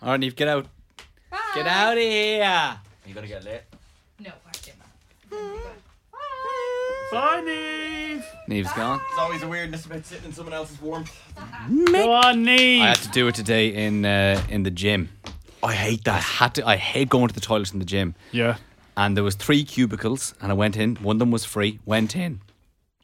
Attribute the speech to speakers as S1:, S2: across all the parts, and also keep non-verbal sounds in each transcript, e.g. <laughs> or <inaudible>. S1: All right, Neve, get out.
S2: Bye.
S1: Get out of here.
S3: you gonna get lit?
S2: No, fuck him. Bye.
S4: Bye, Neve.
S1: Neve's gone.
S3: There's always a weirdness about sitting in someone else's warmth.
S4: Go on, Neve.
S1: I had to do it today in uh, in the gym.
S3: I hate
S1: I had to. I hate going to the toilets in the gym.
S4: yeah,
S1: And there was three cubicles, and I went in. One of them was free. Went in.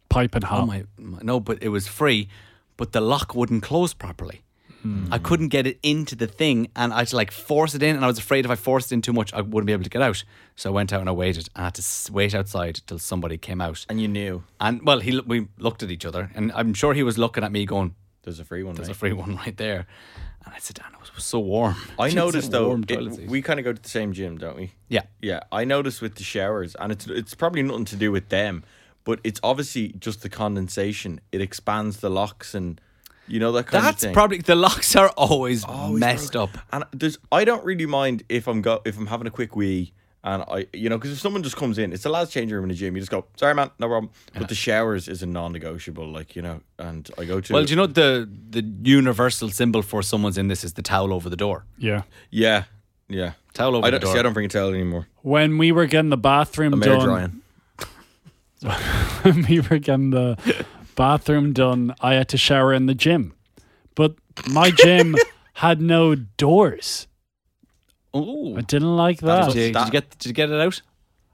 S4: pipe and hop.
S1: Oh my, my- No, but it was free, but the lock wouldn't close properly.
S3: Hmm.
S1: I couldn't get it into the thing, and I had to like force it in. And I was afraid if I forced it in too much, I wouldn't be able to get out. So I went out and I waited. I had to s- wait outside till somebody came out.
S3: And you knew
S1: And well, he l- we looked at each other, and I'm sure he was looking at me, going,
S3: there's a free one.
S1: "There's a free one <laughs> right there." And I said, "Dan, it was, was so warm." <laughs>
S3: I
S1: It's
S3: noticed
S1: a
S3: though,
S1: warm
S3: it-
S1: toilet seat.
S3: we kind of go to the same gym, don't we?
S1: yeah,
S3: Yeah, I noticed with the showers, and it's it's probably nothing to do with them, but it's obviously just the condensation. It expands the locks, and you know that kind of
S1: that's
S3: thing.
S1: probably the locks are always,
S3: Always
S1: messed
S3: broken.
S1: up.
S3: And there's I don't really mind if I'm go if I'm having a quick wee. And I, you know, because if someone just comes in, it's the last change room in the gym. You just go, sorry, man, no problem. But the showers is a non-negotiable, like you know. And I go to,
S1: Well, do you know the the universal symbol for someone's in this is the towel over the door.
S4: Yeah.
S3: yeah, yeah.
S1: Towel over
S3: I
S1: the
S3: don't
S1: door.
S3: see. I don't bring a towel anymore.
S4: When we were getting the bathroom
S3: I'm air
S4: done,
S3: drying.
S4: when <laughs> we were
S1: <laughs>
S4: getting the bathroom done, I had to shower in the gym. But
S1: <laughs>
S4: my gym had no doors.
S1: Ooh.
S4: I didn't like
S1: Did
S4: that.
S1: you, did
S3: That-
S1: you get did you get it out?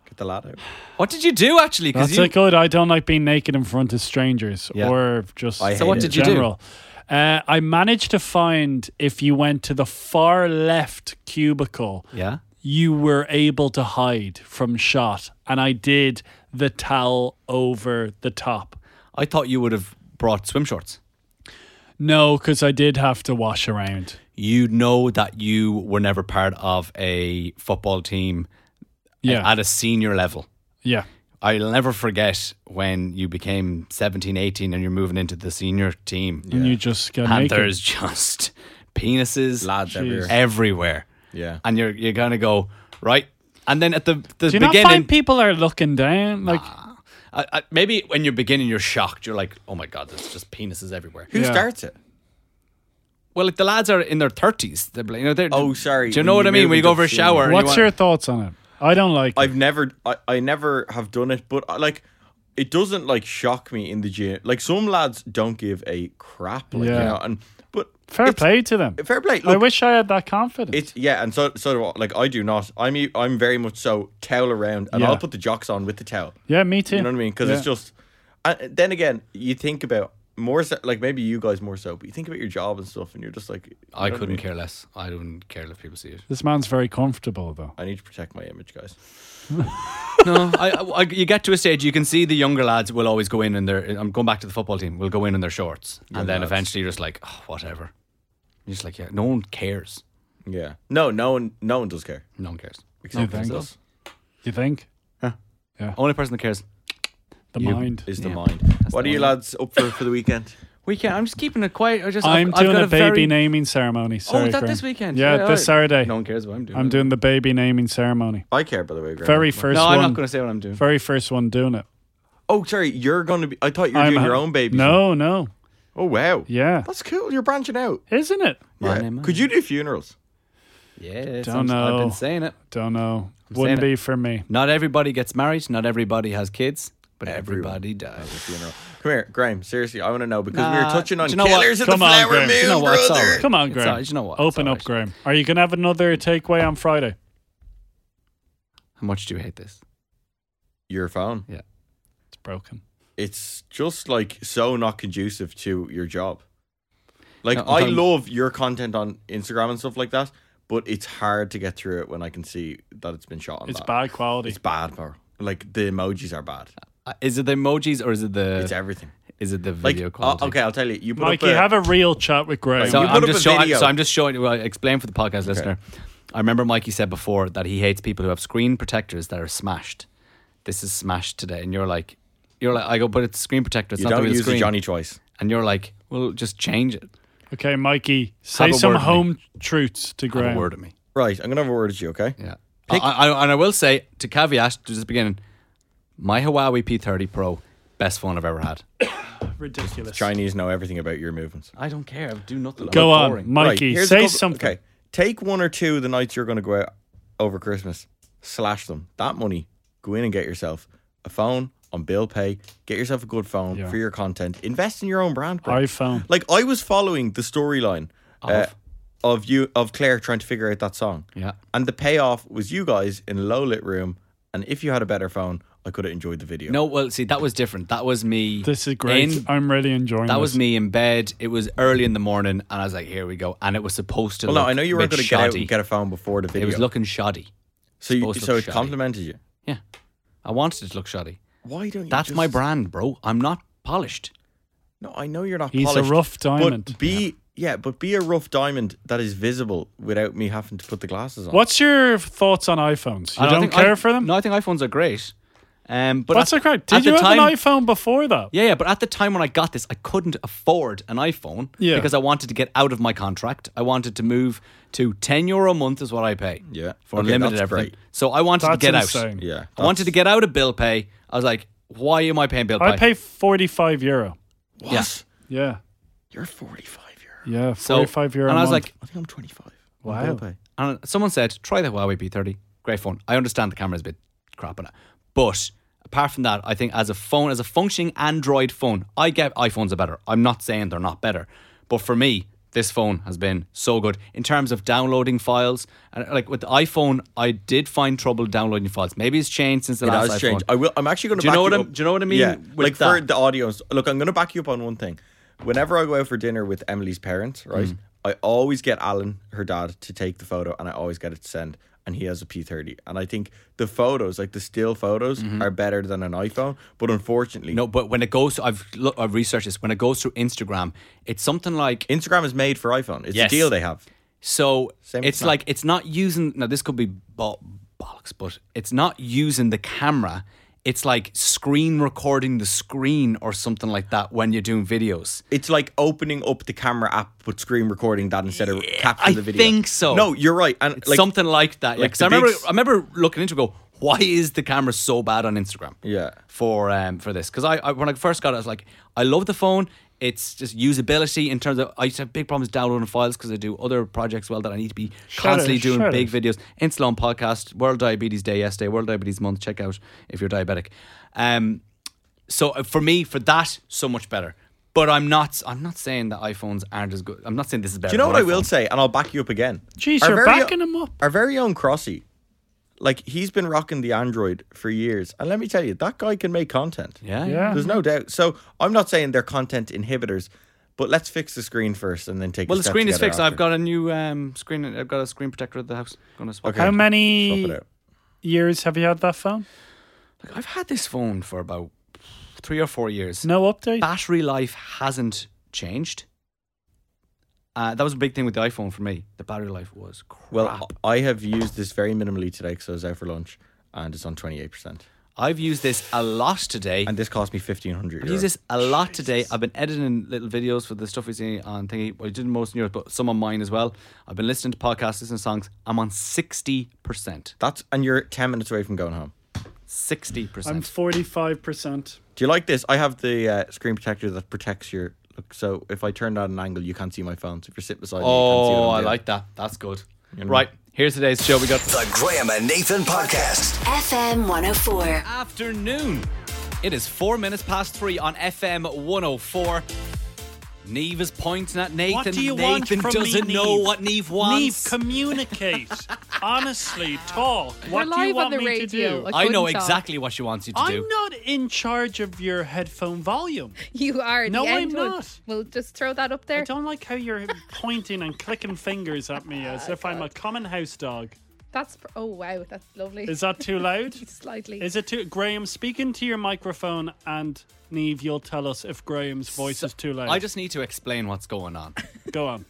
S3: Get the lad out.
S1: What did you do actually? Because
S4: That's
S1: you
S4: not good. I don't like being naked in front of strangers
S1: Yeah.
S4: or just
S3: I
S1: So what
S3: hate
S1: did
S3: it.
S1: you do?
S4: general. Uh, I managed to find if you went to the far left cubicle,
S1: yeah.
S4: you were able to hide from shot. And I did the towel over the top.
S1: I thought you would have brought swim shorts.
S4: No, because I did have to wash around.
S1: You know that you were never part of a football team
S4: Yeah.
S1: at a senior level.
S4: yeah.
S1: I'll never forget when you became 17, 18 and you're moving into the senior team.
S4: And you just get
S1: And
S4: naked.
S1: there's <laughs> just penises
S3: Lads everywhere.
S1: everywhere.
S3: Yeah.
S1: And you're you're gonna go, right? And then at the, the
S4: Do you
S1: beginning
S4: not find people are looking down? Like,
S1: I, I, maybe when you're beginning you're shocked. You're like, oh my god, there's just penises everywhere.
S3: Who
S4: Yeah.
S3: starts it?
S1: Well, like the lads are in their thirties. They're bl- you know they're.
S3: Oh, sorry,
S1: Do you
S3: when
S1: know what I
S3: you
S1: mean?
S3: move
S1: We go
S3: into
S1: for a
S3: the
S1: shower. and you
S4: what's
S1: want-
S4: your thoughts on it? I don't like it.
S3: I've never, I, I never have done it, but I, like, it doesn't like shock me in the gym. Like some lads don't give a crap, like
S4: Yeah.
S3: you know, and but
S4: Fair
S3: it's-
S4: play to them.
S3: fair play.
S4: I
S3: Look,
S4: wish I had that confidence.
S3: it's yeah, and so so do I. like I do not. I'm e- I'm very much so towel around, and
S4: Yeah.
S3: I'll put the jocks on with the towel.
S4: yeah, me too.
S3: You know what I mean? Because
S4: yeah.
S3: it's just. And then again, you think about more so, like maybe you guys more so, but you think about your job and stuff, and you're just
S1: I
S3: like, you know what
S1: couldn't
S3: mean?
S1: care less. I don't care if people see it.
S4: This man's very comfortable, though.
S3: I need to protect my image, guys.
S1: No, I, I- I- you get to a stage you can see the younger lads will always go in in their. I'm going back to the football team. Will go in in their shorts, and then
S3: lads.
S1: eventually you're just like, oh, whatever. You're just like, yeah, no one cares.
S3: Yeah. No, no one, no one does care.
S1: No one cares.
S3: Except
S4: thanks.
S3: for us.
S4: You think?
S1: Only person that cares.
S4: The
S1: You-
S4: mind.
S3: Is the
S1: Yeah.
S3: mind. what are
S1: the
S3: you
S1: one.
S3: lads up for for the weekend?
S1: Weekend. I'm just keeping it quiet. I just.
S4: I'm
S1: I've,
S4: doing
S1: I've got
S4: a baby
S1: very- Oh,
S4: naming ceremony. Sorry,
S1: is that this
S4: Graham.
S1: weekend?
S4: Yeah,
S1: Yeah,
S4: this
S1: alright.
S4: Saturday.
S1: No one cares what I'm doing.
S4: I'm doing the baby naming ceremony.
S3: <laughs> I care, by the way. Graham.
S4: Very first
S1: No,
S4: one.
S1: I'm not going to say what I'm doing.
S4: Very first one doing it.
S3: Oh, sorry. You're gonna be. I thought you were
S4: I'm
S3: doing
S4: ha-
S3: your own baby.
S4: No, no.
S3: Oh wow.
S4: Yeah.
S3: That's cool. You're branching out.
S4: Isn't it?
S3: Yeah.
S1: Money, money.
S3: Could you do funerals?
S1: Yeah,
S4: Don't
S1: I've
S4: know.
S1: been saying it.
S4: Don't know.
S1: I'm
S4: Wouldn't
S1: saying
S4: be for me.
S1: Not everybody gets married. Not everybody has kids. But
S3: Everyone.
S1: everybody
S3: A
S1: dies.
S3: funeral. Come here, Graham. Seriously, I want to know because we were
S1: Nah,
S3: touching on
S1: do you know what?
S3: killers in
S4: Come
S3: the
S4: on,
S3: flower
S4: Graham.
S3: moon,
S4: Do
S1: you know what? It's
S3: brother.
S1: all right.
S4: Come on,
S1: It's
S4: Graham.
S1: alright, you know what? It's
S4: Open up,
S1: alright.
S4: Graham. Are you going to have another takeaway on Friday?
S1: How much do you hate this?
S3: Your phone.
S4: It's broken.
S3: It's just like so not conducive to your job. Like
S1: No, I'm
S3: I
S1: talking-
S3: love your content on Instagram and stuff like that, but it's hard to get through it when I can see that it's been shot on.
S4: It's
S3: that.
S4: bad quality.
S3: It's bad, bro. Like the emojis are bad.
S1: Uh, Is it the emojis or is it the
S3: it's everything.
S1: is it the
S3: Like
S1: video
S3: uh,
S1: quality?
S3: okay, I'll tell you. You put
S4: Mikey,
S3: up a,
S4: have a real chat with Graham.
S1: So
S3: You put
S1: I'm
S3: up
S1: just
S3: a
S1: showing.
S3: video.
S1: So I'm just showing. Well, explain for the podcast listener. I remember Mikey said before that he hates people who have screen protectors that are smashed. This is smashed today, and you're like, you're like, I go, but it's a screen protector. It's
S3: you
S1: not the
S3: don't
S1: real
S3: use
S1: screen.
S3: the Johnny twice.
S1: And you're like, well, just change it.
S4: okay, Mikey,
S1: Have
S4: say
S1: a
S4: some
S1: word with me.
S4: home truths to
S1: Have
S4: Graham.
S1: a word at me.
S3: Right, I'm gonna have a word at you, okay?
S1: Yeah. I, I, and I will say, to caveat, to the beginning, my Huawei P30 Pro, best phone I've ever had.
S4: Ridiculous.
S3: Chinese know everything about your movements.
S1: I don't care. I do nothing.
S4: Go
S1: I'm
S4: on,
S1: boring.
S3: Right,
S4: Mikey.
S3: here's a
S4: say
S3: couple-
S4: something.
S3: Okay, Take one or two of the nights you're going to go out over Christmas, slash them. That money, go in and get yourself a phone on bill pay. Get yourself a good phone
S4: Yeah.
S3: for your content. Invest in your own brand. bro.
S4: iPhone.
S3: Like I was following the storyline uh,
S1: Of?
S3: of you of Claire trying to figure out that song.
S1: Yeah.
S3: And the payoff was you guys in a low lit room. And if you had a better phone, I could have enjoyed the video.
S1: No, well, see, that was different. That was me.
S4: This is great.
S1: in-
S4: I'm really enjoying
S1: that
S4: this.
S1: was me in bed. It was early in the morning, and I was like, "Here we go." And it was supposed to.
S3: Well,
S1: look
S3: no, I know you weren't
S1: going to
S3: get out and get a phone before the video.
S1: It was looking shoddy.
S3: so you,
S1: supposed to
S3: so
S1: look
S3: it
S1: shoddy.
S3: complimented you.
S1: Yeah, I wanted it to look shoddy.
S3: Why don't you?
S1: That's
S3: just-
S1: my brand, bro. I'm not polished.
S3: No, I know you're not.
S4: He's a
S3: polished,
S4: rough diamond.
S3: But be yeah. but be a rough diamond that is visible without me having to put the glasses on.
S4: What's your thoughts on iPhones? You
S1: And I
S4: don't,
S1: think
S4: care
S1: I-
S4: for them?
S1: No, I think iPhones are great. Um, but
S4: That's
S1: at,
S4: correct.
S1: at
S4: Did you
S1: the
S4: have
S1: time,
S4: an iPhone before that?
S1: Yeah, yeah, but at the time when I got this, I couldn't afford an iPhone
S4: Yeah.
S1: because I wanted to get out of my contract. I wanted to move to 10 euro a month is what I pay.
S3: Yeah.
S1: For
S3: Okay,
S1: unlimited
S3: that's
S1: everything.
S3: great.
S1: So I wanted
S4: That's
S1: to get
S4: insane.
S1: out.
S3: Yeah,
S1: I wanted
S3: that's-
S1: to get out of bill pay. I was like, why am I paying bill pay?
S4: I pay 45 euro.
S3: What?
S1: yeah.
S4: Yeah.
S3: You're 45 year.
S4: Yeah.
S1: So-
S4: 45 euro.
S1: And
S4: a
S1: I was
S4: month.
S1: like,
S3: I think I'm 25.
S4: Wow.
S3: Bill pay.
S1: and someone said, try the Huawei P30. Great phone. I understand the camera's a bit crap on it. But apart from that, I think as a phone, as a functioning Android phone, I get iPhones are better. I'm not saying they're not better. But for me, this phone has been so good in terms of downloading files. And like with the iPhone, I did find trouble downloading files. Maybe it's changed since the
S3: It
S1: last
S3: has
S1: iPhone.
S3: changed. I will. I'm actually going to.
S1: Do you
S3: back
S1: know what
S3: you
S1: I'm-
S3: up.
S1: do you know what I mean
S3: Yeah.
S1: with
S3: Like for
S1: that?
S3: the audios. Look, I'm going to back you up on one thing. Whenever I go out for dinner with Emily's parents, right,
S1: Mm.
S3: I always get Alan, her dad, to take the photo, and I always get it to send. And he has a P30, and I think the photos, like the still photos,
S1: Mm-hmm.
S3: are better than an iPhone. But unfortunately,
S1: No, but when it goes, I've look, I've researched this. When it goes through Instagram, it's something like
S3: Instagram is made for iPhone. It's
S1: Yes.
S3: a deal they have.
S1: So
S3: Same with
S1: it's
S3: Snap.
S1: like it's not using. Now this could be bo- bollocks, but it's not using the camera. It's like screen recording the screen or something like that when you're doing videos.
S3: It's like opening up the camera app but screen recording that instead of capturing
S1: I
S3: the video.
S1: think so.
S3: No, you're right. And like,
S1: something like that.
S3: like
S1: Like I
S3: the
S1: remember,
S3: big s-
S1: I remember looking into it, go. Why is the camera so bad on Instagram?
S3: Yeah.
S1: For um for this because I, I when I first got it, I was like, I love the phone. It's just usability in terms of I used to have big problems downloading files because I do other projects well that I need to be constantly
S4: it,
S1: doing
S4: shut
S1: big
S4: it.
S1: videos. Insulin podcast, World Diabetes Day yesterday, World Diabetes Month. Check out if you're diabetic. Um, so uh, for me, for that, so much better. But I'm not. I'm not saying that iPhones aren't as good. I'm not saying this is better.
S3: Do you know
S1: than
S3: what I
S1: iPhone.
S3: will say? And I'll back you up again.
S4: Jeez,
S3: Our
S4: you're
S3: very-
S4: backing him up.
S3: Our very own Crossy. Like, he's been rocking the Android for years. And let me tell you, that guy can make content.
S1: Yeah.
S4: Yeah.
S3: There's no doubt. So I'm not saying they're content inhibitors, but let's fix the screen first and then take
S1: Well,
S3: a
S1: the
S3: step
S1: screen is
S3: together
S1: fixed.
S3: after.
S1: I've got a new um, screen. I've got a screen protector at the house. Going to swap.
S3: Okay.
S4: How
S3: Swap
S4: many
S3: it out.
S4: years have you had that phone?
S1: it. I've had this phone for about three or four years.
S4: No update?
S1: Battery life hasn't changed. Uh, that was a big thing with the iPhone for me. The battery life was crap.
S3: Well, I have used this very minimally today because I was out for lunch and it's on 28%.
S1: I've used this a lot today.
S3: And this cost me 1500
S1: I've used this a lot today. I've been editing little videos for the stuff we see on thingy. Well, I did most in yours, but some on mine as well. I've been listening to podcasts, listening to songs. I'm on sixty percent.
S3: That's and you're 10 minutes away from going home.
S1: Sixty
S4: I'm
S1: percent.
S4: 45%.
S3: Do you like this? I have the uh, screen protector that protects your look. So if I turn it at an angle, you can't see my phone. So if you're sitting beside me, you can't see
S1: Oh,
S3: what I'm
S1: I
S3: doing.
S1: like that. That's good. Right. Here's today's show. We got
S5: The Graham and Nathan Podcast.
S6: FM 104.
S1: afternoon. It is four minutes past three on FM 104. Neve is pointing at Nathan. Nathan doesn't know what Neve wants.
S4: <laughs> communicate. Honestly, talk.
S2: We're live on the radio.
S1: I know
S2: couldn't tell.
S1: exactly what she wants you to
S4: I'm
S1: do.
S4: not in charge of your headphone volume.
S2: <laughs> You are.
S4: No,
S2: the
S4: I'm
S2: end one.
S4: not.
S2: We'll just throw that up
S4: I
S2: there.
S4: don't like how you're pointing and clicking fingers at me as if I'm a common house dog.
S2: That's. pr- Oh, wow. That's lovely. <laughs>
S4: Is that too loud?
S2: Slightly.
S4: Is it too Graham speaking to your microphone and Neve, you'll tell us if Graham's voice is too loud.
S1: I just need to explain what's going on.
S4: go on.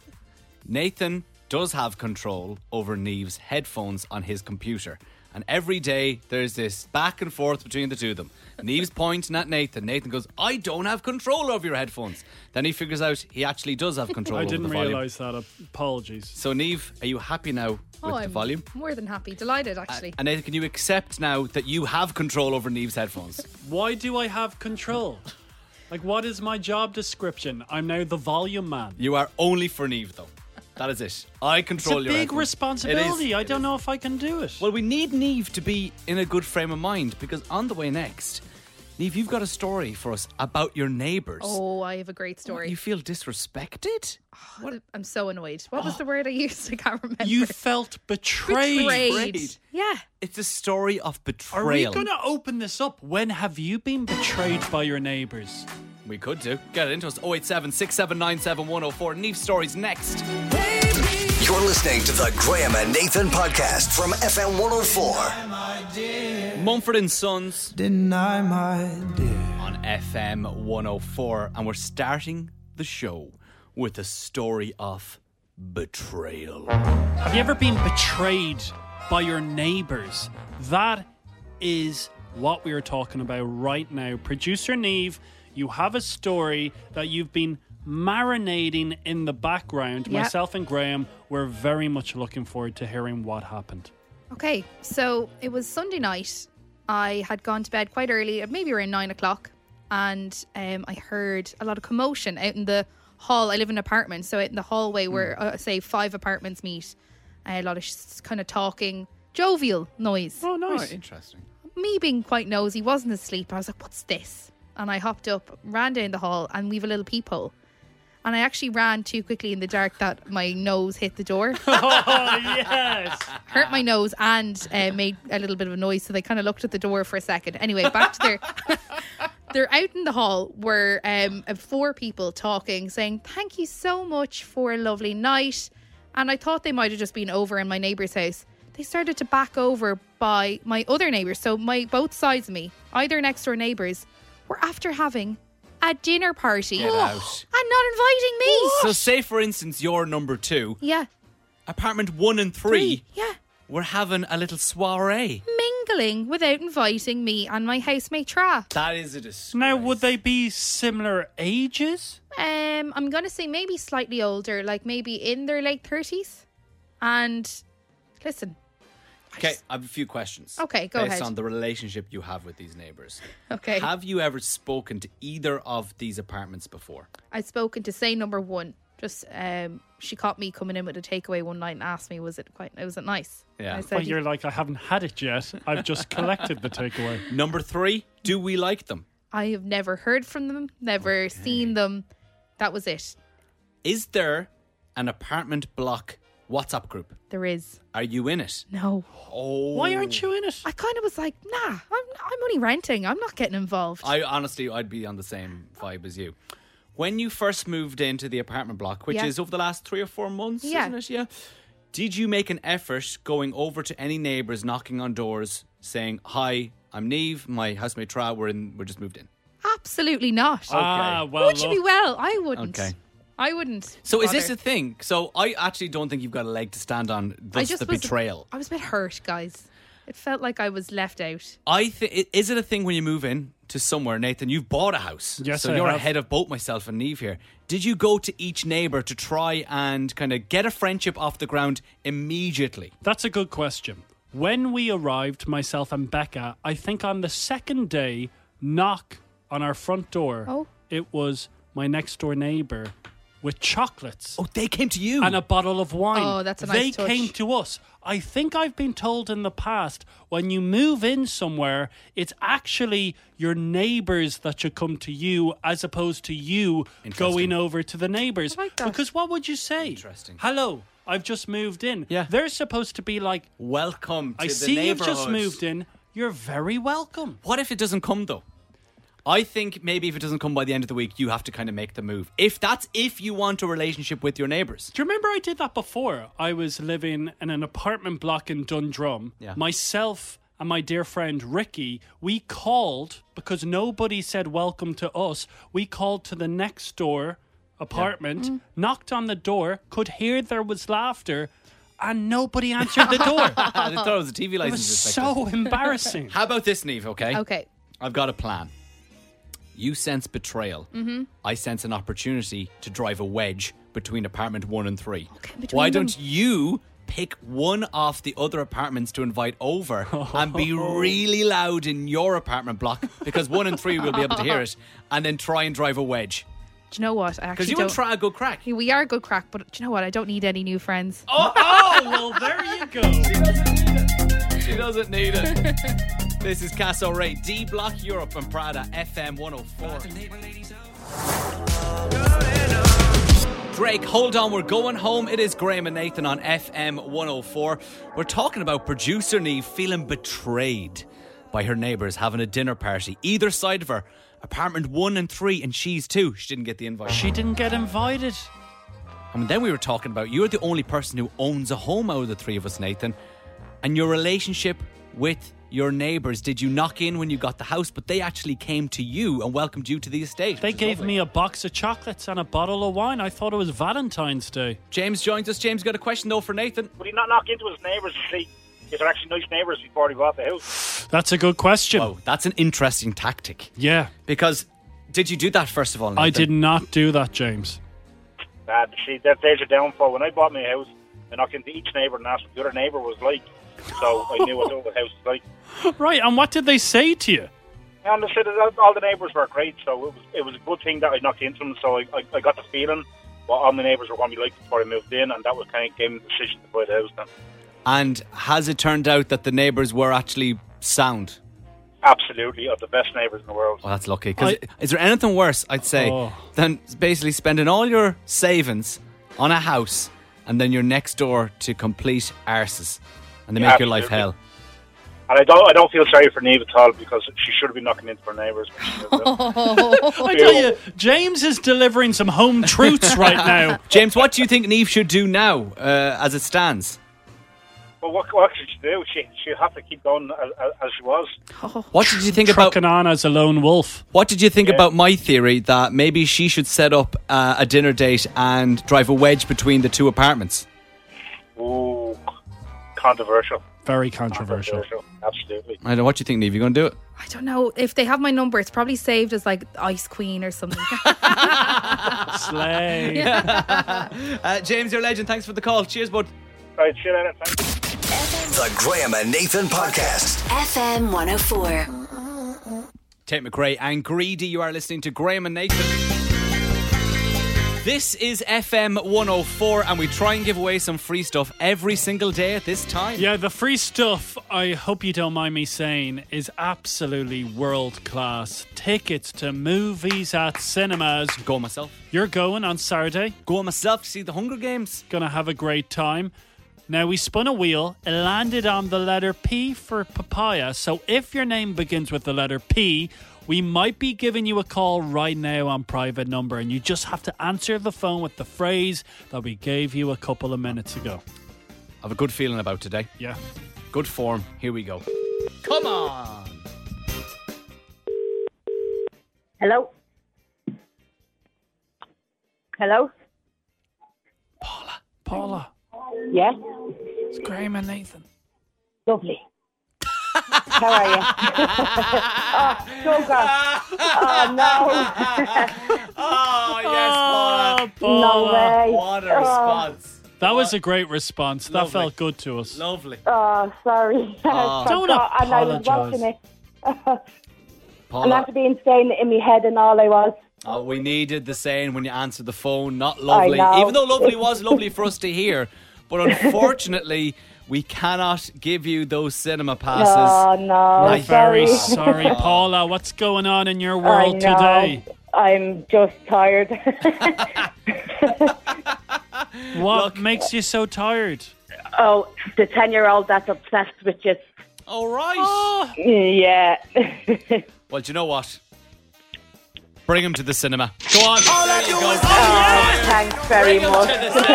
S1: Nathan does have control over Neve's headphones on his computer. And every day there's this back and forth between the two of them. Neve's pointing at Nathan. Nathan goes, I don't have control over your headphones. Then he figures out he actually does have control
S4: I
S1: over
S4: didn't
S1: the volume.
S4: realise that. Apologies.
S1: So, Neve, are you happy now with
S2: oh,
S1: the
S2: I'm
S1: volume?
S2: More than happy. Delighted, actually.
S1: And Nathan, can you accept now that you have control over Neve's
S2: <laughs>
S1: headphones?
S4: Why do I have control? Like, what is my job description? I'm now the volume man.
S1: you are only for Neve, though. That is it. I
S4: It's a
S1: control your
S4: big
S1: outcome. It
S4: responsibility.
S1: is.
S4: I don't know if I can do it.
S1: Well, we need Neve to be in a good frame of mind because on the way next, Neve, you've got a story for us about your neighbours.
S2: Oh, I have a great story.
S1: You feel disrespected?
S2: I'm so annoyed. What was the word I used? <laughs> I can't remember.
S4: Oh. you felt betrayed.
S1: Betrayed.
S2: Yeah.
S1: It's a story of
S4: Are
S1: betrayal.
S4: we going to open this up? When have you been betrayed by your neighbors?
S1: We could do. Get it into us. 087 679 7104. Neve oh Stories next.
S5: You're listening to the Graham and Nathan podcast from FM 104.
S1: Mumford and Sons
S6: Deny my dear.
S1: on FM 104. And we're starting the show with a story of betrayal.
S4: Have you ever been betrayed by your neighbors? That is what we are talking about right now. Producer Neve, you have a story that you've been marinating in the background.
S2: Yeah.
S4: Myself and Graham were very much looking forward to hearing what happened.
S2: Okay, so it was Sunday night. I had gone to bed quite early, maybe around nine o'clock, and um, I heard a lot of commotion out in the hall. I live in an apartment, so out in the hallway
S4: Hmm.
S2: where, uh, say, five apartments meet, uh, a lot of sh- kind of talking, jovial noise.
S4: Oh, nice.
S1: Interesting.
S2: Me being quite nosy, wasn't asleep. I was like, what's this? And I hopped up, ran down the hall, and we've a little peephole. And I actually ran too quickly in the dark that my nose hit
S4: <laughs>
S2: the door
S4: <laughs> Oh, yes.
S2: hurt my nose and uh, made a little bit of a noise. So they kind of looked at the door for a second. Anyway, back to their. <laughs> They're out in the hall where um, uh, four people talking, saying, Thank you so much for a lovely night. And I thought they might have just been over in my neighbour's house. They started to back over by my other neighbours. So, my both sides of me, either next door neighbours, were after having a dinner party <gasps> and
S1: Get
S2: not
S1: out.
S2: inviting me.
S1: So, say for instance, you're number two,
S2: Yeah,
S1: apartment one and three,
S2: yeah.
S1: we're having a little soiree.
S2: Mingling without inviting me and my housemate Tra.
S1: That is a disgrace.
S4: Now, would they be similar ages?
S2: Um, I'm gonna say maybe slightly older, like maybe in their late thirties. And listen,
S1: Okay, I have a few questions.
S2: Okay, go
S1: based
S2: ahead.
S1: on the relationship you have with these neighbours.
S2: okay,
S1: Have you ever spoken to either of these apartments before?
S2: I've spoken to say number one. Just um, she caught me coming in with a takeaway one night and asked me, "Was it quite? Was it nice?"
S1: Yeah.
S2: And I
S4: Well,
S2: said,
S4: you're like, I haven't had it yet. I've just collected the takeaway.
S1: Number three, do we like them?
S2: "I have never heard from them, never seen them." That was it.
S1: Is there an apartment block WhatsApp group?
S2: There is
S1: Are you in it?
S2: no.
S1: Oh,
S4: <laughs> Why aren't you in it?
S2: I kind of was like, "Nah, I'm I'm only renting. I'm not getting involved."
S1: I honestly, I'd be on the same vibe as you. When you first moved into the apartment block, which
S2: Yeah.
S1: is over the last three or four months,
S2: Yeah.
S1: isn't it? Yeah. Did you make an effort going over to any neighbors, knocking on doors, saying, "Hi, I'm Neve. My housemate Tra, we're in. We're just moved in."
S2: Absolutely not.
S4: Ah, well,
S2: Would you be
S4: look.
S2: well? I wouldn't.
S1: Okay.
S2: I wouldn't.
S1: So is this
S2: bother.
S1: a thing? So I actually don't think you've got a leg to stand on. Thus the
S2: was,
S1: betrayal.
S2: I was a bit hurt, guys. It felt like I was left out.
S1: I think is it a thing when you move in to somewhere, Nathan? You've bought a house,
S4: Yes,
S1: so
S4: I
S1: you're
S4: have.
S1: ahead of both myself and Neve here. Did you go to each neighbor to try and kind of get a friendship off the ground immediately?
S4: That's a good question. When we arrived, myself and Becca, I think on the second day, knock on our front door.
S2: Oh.
S4: It was my next door neighbor with chocolates
S1: Oh, they came to you.
S4: and a bottle of wine.
S2: Oh, that's a nice
S4: They
S2: touch.
S4: came to us. I think I've been told in the past when you move in somewhere, it's actually your neighbors that should come to you as opposed to you going over to the neighbors.
S2: I like that.
S4: Because what would you say?
S1: Interesting.
S4: Hello, I've just moved in.
S1: Yeah.
S4: They're supposed to be like,
S1: Welcome. To
S4: I
S1: the
S4: see you've just
S1: neighborhood.
S4: moved in. You're very welcome.
S1: What if it doesn't come though? I think maybe if it doesn't come by the end of the week, you have to kind of make the move. If that's if you want a relationship with your neighbors. <laughs>
S4: Do you remember I did that before? I was living in an apartment block in Dundrum.
S1: Yeah.
S4: Myself and my dear friend Ricky, we called because nobody said welcome to us. We called to the next door apartment, knocked on the door, could hear there was laughter, and nobody answered the <laughs> door.
S1: I thought it was a TV
S4: <laughs> it
S1: license.
S4: was
S1: inspector.
S4: so embarrassing.
S1: How about this, Neve? Okay.
S2: Okay.
S1: I've got a plan. You sense betrayal. Mm-hmm. I sense an opportunity to drive a wedge between apartment one and three.
S2: between
S1: Why
S2: them.
S1: don't you pick one off the other apartments to invite over and be
S2: <laughs> Oh.
S1: really loud in your apartment block because one and three will be able to hear it and then try and drive a wedge?
S2: Do you know what? I actually
S1: Because you
S2: don't.
S1: and Try a good crack.
S2: we are good crack, but do you know what? I don't need any new friends.
S4: Oh, oh <laughs> well, there you go.
S1: She doesn't need it. this is Cass O'Reilly, D Block Europe and Prada FM 104. Drake, hold on, we're going home. It is Graham and Nathan on FM 104. We're talking about producer Neve feeling betrayed by her neighbours having a dinner party either side of her. Apartment one and three, and she's two. She didn't get the invite.
S4: She didn't get invited.
S1: I mean, then we were talking about you're the only person who owns a home out of the three of us, Nathan, and your relationship with your neighbours. Did you knock in when you got the house, but they actually came to you and welcomed you to the estate?
S4: They
S1: which is
S4: gave
S1: lovely.
S4: me a box of chocolates and a bottle of wine. I thought it was Valentine's Day.
S1: James joins us. James, you got a question though for Nathan.
S7: Would he not knock into his neighbours to see if they're actually nice neighbours before he bought the house?
S4: That's a good question.
S1: Oh, that's an interesting tactic
S4: Yeah,
S1: because did you do that first of all? Nathan?
S4: I did not do that, James.
S7: Nah, see, that, there's your downfall. When I bought my house, I knocked into each neighbour and asked what the other neighbour was like. So I knew what the other house was like.
S4: Right, and what did they say to you?
S7: And they said that all the neighbours were great, so it was it was a good thing that I knocked into them. So I, I, I got the feeling what all my neighbours were going to be like before I moved in, and that was kind of gave me the decision to buy the house then.
S1: And has it turned out that the neighbours were actually sound?
S7: Absolutely, of the best neighbours in the world.
S1: Oh, that's lucky. Because
S4: I-
S1: is there anything worse, I'd say,
S4: Oh.
S1: than basically spending all your savings on a house and then you're next door to complete arses and they
S7: Yeah,
S1: make your life hell?
S7: absolutely. And I don't I don't feel sorry for Neve at all because she should have been knocking into her neighbours. when she moved in.
S4: I tell you, James is delivering some home truths right now.
S1: James, what do you think Neve should do now uh, as it stands?
S7: But what, what could she do? She she had to keep going as, as- as she was.
S2: Oh,
S1: What did you <laughs> think about?
S4: Trucking on as a lone wolf.
S1: What did you think about my theory that maybe she should set up uh, a dinner date and drive a wedge between the two apartments?
S7: Ooh, controversial.
S4: Very controversial.
S7: Absolutely.
S1: I don't know. What do you think, Neve? You going to do it?
S2: I don't know if they have my number. It's probably saved as like Ice Queen or something.
S1: <laughs>
S2: <laughs>
S4: Slay.
S1: Uh, James, you're a legend. Thanks for the call. Cheers, bud.
S7: Right, see you later. Thank you.
S5: The Graham and Nathan Podcast.
S8: FM 104.
S1: Tate McRae and Greedy. You are listening to Graham and Nathan. This is FM 104, and we try and give away some free stuff every single day at this time.
S4: Yeah, the free stuff, I hope you don't mind me saying, is absolutely world class. Tickets to movies at cinemas.
S1: Go myself.
S4: You're going on Saturday,
S1: Go myself to see the Hunger Games.
S4: gonna have a great time. Now, we spun a wheel, it landed on the letter P for papaya. So, if your name begins with the letter P, we might be giving you a call right now on private number, and you just have to answer the phone with the phrase that we gave you a couple of minutes ago.
S1: I have a good feeling about today.
S4: Yeah.
S1: Good form. Here we go. Come on. <laughs>
S9: Hello. Hello.
S4: Paula,
S9: Yeah.
S4: it's Graham and Nathan.
S9: Lovely. How are you?
S1: <laughs> Ah,
S9: oh, so God. Oh no.
S1: Oh, yes,
S4: Oh,
S9: No
S4: Paula.
S9: way.
S1: What a response.
S4: That was a great response. That
S1: Lovely.
S4: felt good to us.
S1: Lovely.
S9: Oh, sorry. <laughs> I
S4: Don't
S9: forgot, and I was
S4: apologise.
S9: watching it. And
S1: Paula,
S9: after being staying in my head and all I was.
S1: oh, we needed the saying when you answered the phone, not lovely.
S9: know.
S1: Even though lovely was lovely for us
S9: <laughs>
S1: to hear, but unfortunately, we cannot give you those cinema passes.
S9: Oh no.
S1: We're
S4: Very
S9: sorry.
S4: sorry, Paula. What's going on in your
S9: I
S4: world
S9: know.
S4: today?
S9: I'm just tired.
S4: What makes you so tired?
S9: oh, the ten-year-old that's obsessed with you.
S1: All right.
S9: Ah. Yeah. <laughs>
S1: Well, do you know what? Bring him to the cinema. Go on.
S9: Thanks very much.
S1: to the
S9: <laughs>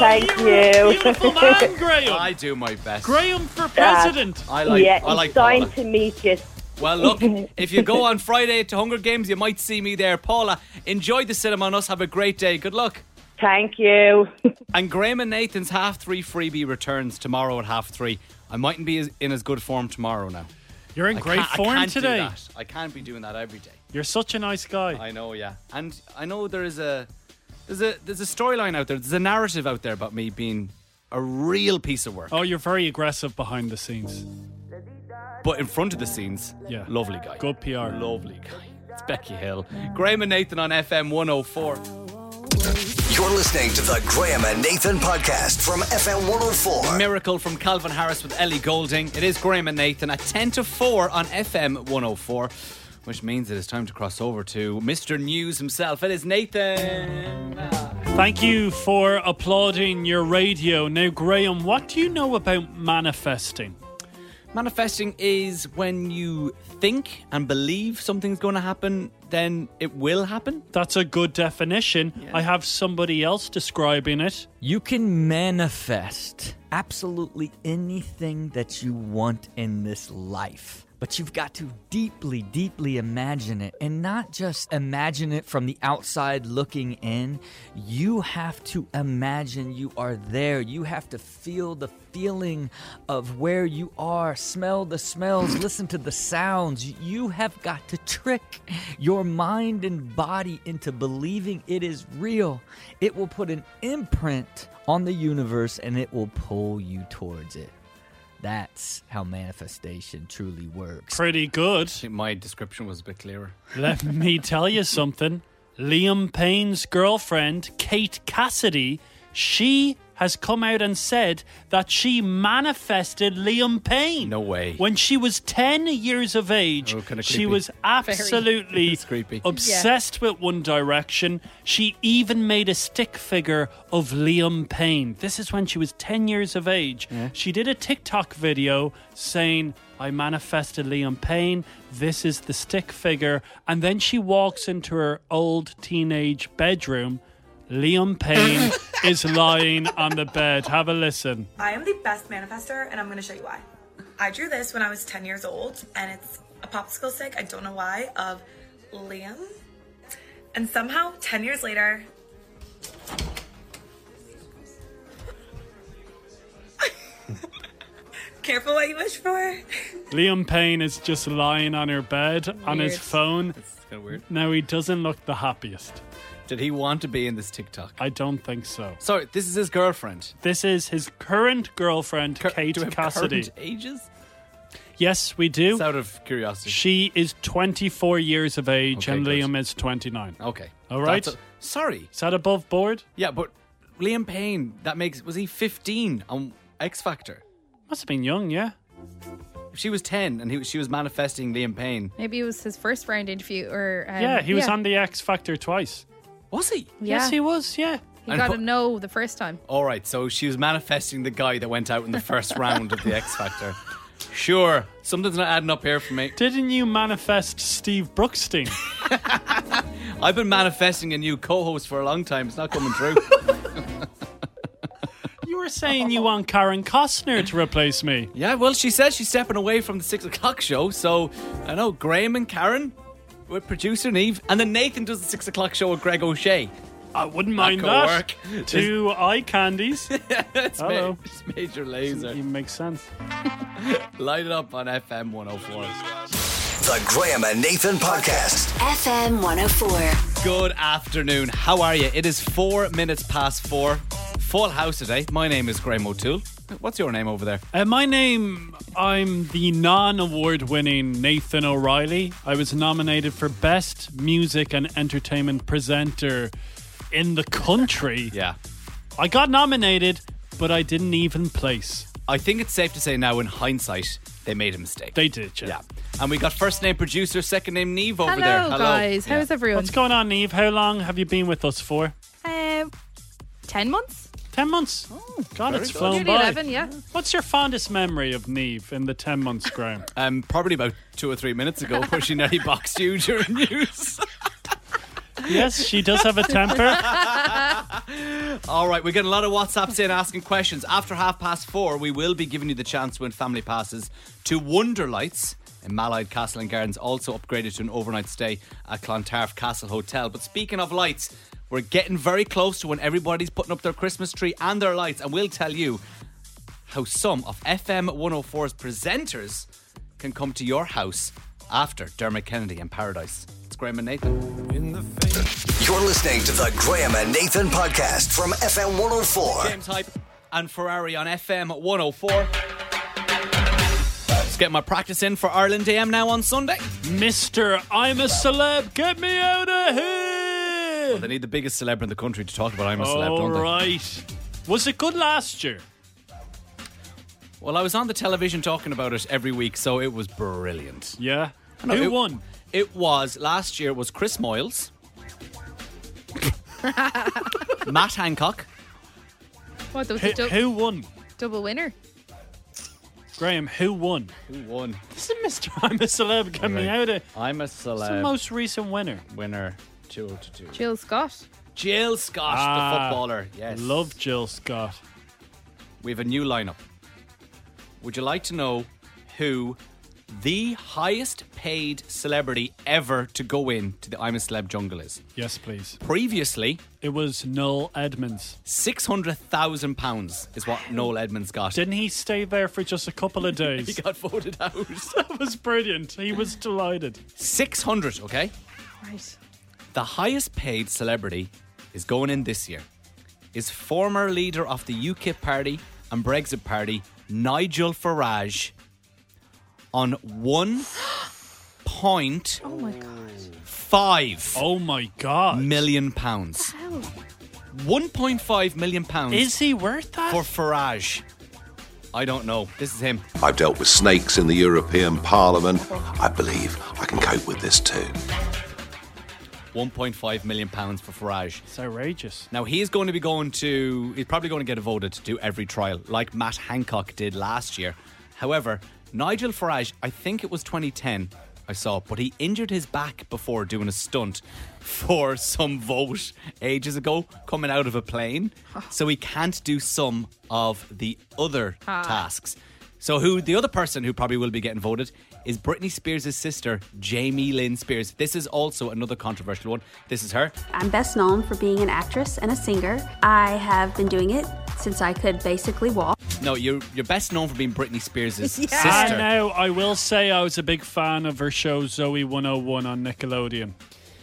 S9: Thank
S4: Oh,
S9: you.
S4: Beautiful <laughs> man, Graham.
S1: I do my best.
S4: Graham for president.
S1: I like.
S9: yeah,
S1: I like
S9: it's time
S1: Paula.
S9: to meet you.
S1: Well,
S9: <laughs>
S1: look, if you go on Friday to Hunger Games, you might see me there. Paula, enjoy the cinema on us. Have a great day. Good luck.
S9: Thank you. <laughs>
S1: And Graham and Nathan's half three freebie returns tomorrow at half three. I mightn't be as, in as good form tomorrow now.
S4: You're in
S1: I
S4: great
S1: can't- I
S4: form
S1: can't do
S4: today.
S1: that. I can't be doing that every day.
S4: You're such a nice guy.
S1: I know, yeah. And I know there is a there's a there's a storyline out there. There's a narrative out there about me being a real piece of work.
S4: Oh, you're very aggressive behind the scenes.
S1: But in front of the scenes,
S4: Yeah.
S1: lovely guy.
S4: Good PR.
S1: Lovely guy. It's Becky Hill. Graham and Nathan on FM 104.
S5: You're listening to the Graham and Nathan podcast from FM 104.
S1: Miracle from Calvin Harris with Ellie Golding. It is Graham and Nathan at 10 to 4 on FM 104, which means it is time to cross over to Mr. News himself. It is Nathan.
S4: Thank you for applauding your radio. Now, Graham, what do you know about manifesting?
S1: Manifesting is when you think and believe something's going to happen, then it will happen.
S4: That's a good definition. I have somebody else describing it.
S8: You can manifest absolutely anything that you want in this life. But you've got to deeply, deeply imagine it and not just imagine it from the outside looking in. You have to imagine you are there. You have to feel the feeling of where you are, smell the smells, listen to the sounds. You have got to trick your mind and body into believing it is real. It will put an imprint on the universe and it will pull you towards it. That's how manifestation truly works.
S4: Pretty good.
S1: My description was a bit clearer. <laughs>
S4: Let me tell you something. Liam Payne's girlfriend, Kate Cassidy, she has come out and said that she manifested Liam Payne.
S1: No way.
S4: When she was 10 years of age,
S1: Oh, kinda
S4: she
S1: creepy.
S4: was absolutely
S1: It's creepy.
S4: obsessed with One Direction. She even made a stick figure of Liam Payne. This is when she was 10 years of age. She did a TikTok video saying, I manifested Liam Payne. This is the stick figure. And then she walks into her old teenage bedroom. Liam Payne is lying on the bed. Have a listen.
S10: I am the best manifester, and I'm going to show you why. I drew this when I was 10 years old, and it's a popsicle stick, I don't know why, of Liam. And somehow, 10 years later, <laughs> careful what you wish for.
S4: Liam Payne is just lying on her bed on his
S2: Weird.
S4: phone.
S1: It's kind of weird.
S4: Now he doesn't look the happiest.
S1: Did he want to be in this TikTok?
S4: I don't think so.
S1: Sorry, this is his girlfriend.
S4: This is his current girlfriend,
S1: Cur-
S4: Kate
S1: do we have
S4: Cassidy.
S1: current ages?
S4: Yes, we do.
S1: It's out of curiosity.
S4: she is 24 years of age
S1: Okay,
S4: and
S1: good.
S4: Liam is 29.
S1: Okay.
S4: All right.
S1: That's a- sorry.
S4: Is that above board?
S1: Yeah, but Liam Payne, that makes was he 15 on X Factor?
S4: Must have been young, yeah.
S1: If she was 10 and he, was- she was manifesting Liam Payne,
S2: Maybe it was his first round interview, or um,
S4: yeah, he was on the X Factor twice.
S1: was he?
S2: Yeah.
S4: Yes, he was, yeah.
S2: He
S1: I
S2: got
S1: know.
S2: a no the first time.
S1: All right, so she was manifesting the guy that went out in the first round of the X Factor. Sure, something's not adding up here for me.
S4: Didn't you manifest
S1: <laughs>
S4: Steve Brookstein?
S1: I've been manifesting a new co-host for a long time. It's not coming true.
S4: you were saying you want Karen Costner to replace me.
S1: yeah, well, she says she's stepping away from the six o'clock show, so I know Graham and Karen with producer Neve, and then Nathan does the six o'clock show with Greg O'Shea.
S4: I wouldn't mind
S1: could
S4: that.
S1: work.
S4: Two eye candies.
S1: <laughs> It's, ma-
S4: Hello.
S1: <laughs> it's major laser.
S4: Even makes sense.
S1: Light it up on FM 104.
S5: The Graham and Nathan podcast.
S11: FM 104.
S1: Good afternoon. How are you? It is four minutes past four. Full house today. My name is Graham O'Toole. What's your name over there?
S4: Uh, my name, I'm the non award winning Nathan O'Reilly. I was nominated for Best Music and Entertainment Presenter in the country.
S1: <laughs> Yeah.
S4: I got nominated, but I didn't even place.
S1: I think it's safe to say now, in hindsight, they made a mistake.
S4: They did, yeah.
S1: Yeah. And we got first name producer, second name Neve over
S2: Hello,
S1: there.
S2: guys.
S1: Yeah.
S2: How's everyone?
S4: What's going on, Neve? How long have you been with us for?
S2: Um, ten months,
S4: Ten months. God, it's
S1: good.
S4: flown
S2: Oh, nearly
S4: by.
S2: eleven. Yeah.
S4: What's your fondest memory of Neve in the ten months,
S1: <laughs>
S4: Graham?
S1: Um, probably about two or three minutes ago, where she nearly boxed you
S2: <laughs>
S1: during news.
S4: yes, she does have a
S1: <laughs>
S4: temper.
S1: All right, we're getting a lot of WhatsApps in asking questions. After half past four, we will be giving you the chance to win family passes to Wonderlights in Malide Castle and Gardens, also upgraded to an overnight stay at Clontarf Castle Hotel. But speaking of lights, we're getting very close to when everybody's putting up their Christmas tree and their lights, and we'll tell you how some of FM 104's presenters can come to your house after Dermot Kennedy and Paradise. It's Graham and Nathan.
S5: You're listening to the Graham and Nathan podcast from FM 104.
S1: James Hype and Ferrari on FM 104. It's getting my practice in for Ireland AM now on Sunday.
S4: Mister, I'm a celeb. Get me out of here.
S1: They need the biggest celeb in the country to talk about I'm a celeb,
S4: All
S1: don't they?
S4: right. Was it good last year?
S1: Well, I was on the television talking about it every week, so it was brilliant.
S4: Yeah.
S1: No,
S4: Who
S1: it-
S4: won?
S1: It was last year. It was Chris Moyles, <laughs> Matt Hancock.
S2: What, there was
S4: Who,
S2: a dou-
S4: who won?
S2: double winner?
S4: Graham, who won?
S1: Who won?
S4: This is Mr. <laughs> I'm a celeb. Get me out of
S1: I'm a
S4: It's the
S1: celeb
S4: most recent winner.
S1: winner. Two to two.
S2: Jill Scott.
S1: Jill Scott, the
S4: Ah,
S1: footballer. Yes,
S4: Love Jill Scott.
S1: We have a new lineup. Would you like to know who the highest paid celebrity ever to go in to the I'm a Celeb jungle is?
S4: Yes, please.
S1: Previously,
S4: It was Noel Edmonds.
S1: six hundred thousand pounds is what Noel Edmonds got.
S4: Didn't he stay there for just a couple <laughs> of
S1: <laughs> he
S4: days?
S1: got voted out. <laughs>
S4: that was brilliant. He was delighted.
S1: Six hundred, okay?
S2: Right.
S1: The highest paid celebrity is going in this year is former leader of the UKIP party and Brexit party, Nigel Farage, on one point
S2: <gasps> Oh my god.
S1: five
S4: Oh my God.
S1: million pounds.
S2: Hell.
S1: 1.5 million pounds
S4: Is he worth that?
S1: for Farage. I don't know. This is him.
S11: I've dealt with snakes in the European Parliament. I believe I can cope with this too.
S1: 1.5 million pounds for Farage.
S4: it's outrageous.
S1: Now he is going to be going to. He's probably going to get voted to do every trial, like Matt Hancock did last year. However, Nigel Farage, I think it was 2010, I saw, but he injured his back before doing a stunt <laughs> for some vote ages ago, coming out of a plane, so he can't do some of the other tasks. So who the other person who probably will be getting voted is Britney Spears' sister, Jamie Lynn Spears. This is also another controversial one. This is her.
S12: I'm best known for being an actress and a singer. I have been doing it since I could basically walk.
S1: No, you're you're best known for being Britney
S4: <laughs>
S1: Spears'
S4: I
S1: sister.
S4: know. I will say I was a big fan of her show Zoe 101 on Nickelodeon.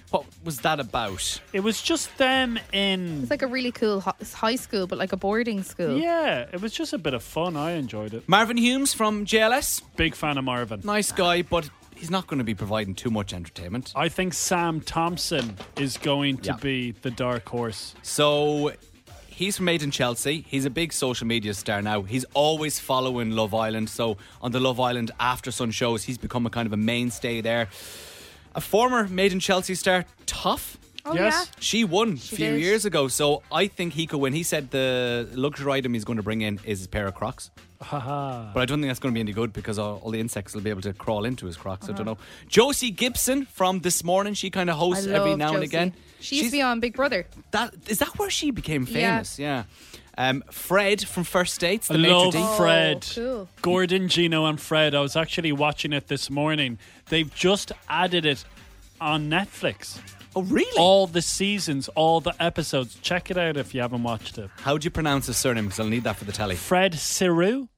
S1: What was that about?
S4: It was just them in.
S2: It's like a really cool ho- high school, but like a boarding school.
S4: Yeah, it was just a bit of fun. I enjoyed it.
S1: Marvin Humes from JLS,
S4: Big fan of Marvin.
S1: nice guy, but he's not going to be providing too much entertainment.
S4: I think Sam Thompson is going to
S1: Yeah.
S4: be the dark horse.
S1: So he's from Made in Chelsea. He's a big social media star now. He's always following Love Island. So on the Love Island After Sun shows, he's become a kind of a mainstay there. A former Made in Chelsea star, Tough.
S2: Oh,
S4: yes.
S1: She won a few
S2: did.
S1: years ago, so I think he could win. He said the luxury item he's going to bring in is his pair of Crocs. but I don't think that's going to be any good because all, all the insects will be able to crawl into his Crocs. I don't know. Josie Gibson from This Morning, she kind of
S2: Uh-huh. I
S1: hosts
S2: love
S1: every now and
S2: Josie.
S1: again.
S2: She used to be on Big Brother.
S1: That is that where she became
S2: Yeah.
S1: famous? Yeah. Um, Fred from First Dates,
S4: I
S1: the maitre
S4: love
S1: d'.
S4: Fred.
S2: Oh, cool.
S4: Gordon, Gino, and Fred. I was actually watching it this morning. They've just added it on Netflix.
S1: Oh, really?
S4: All the seasons, all the episodes. Check it out if you haven't watched it.
S1: How do you pronounce his surname? Because I'll need that for the telly.
S4: Fred Siru.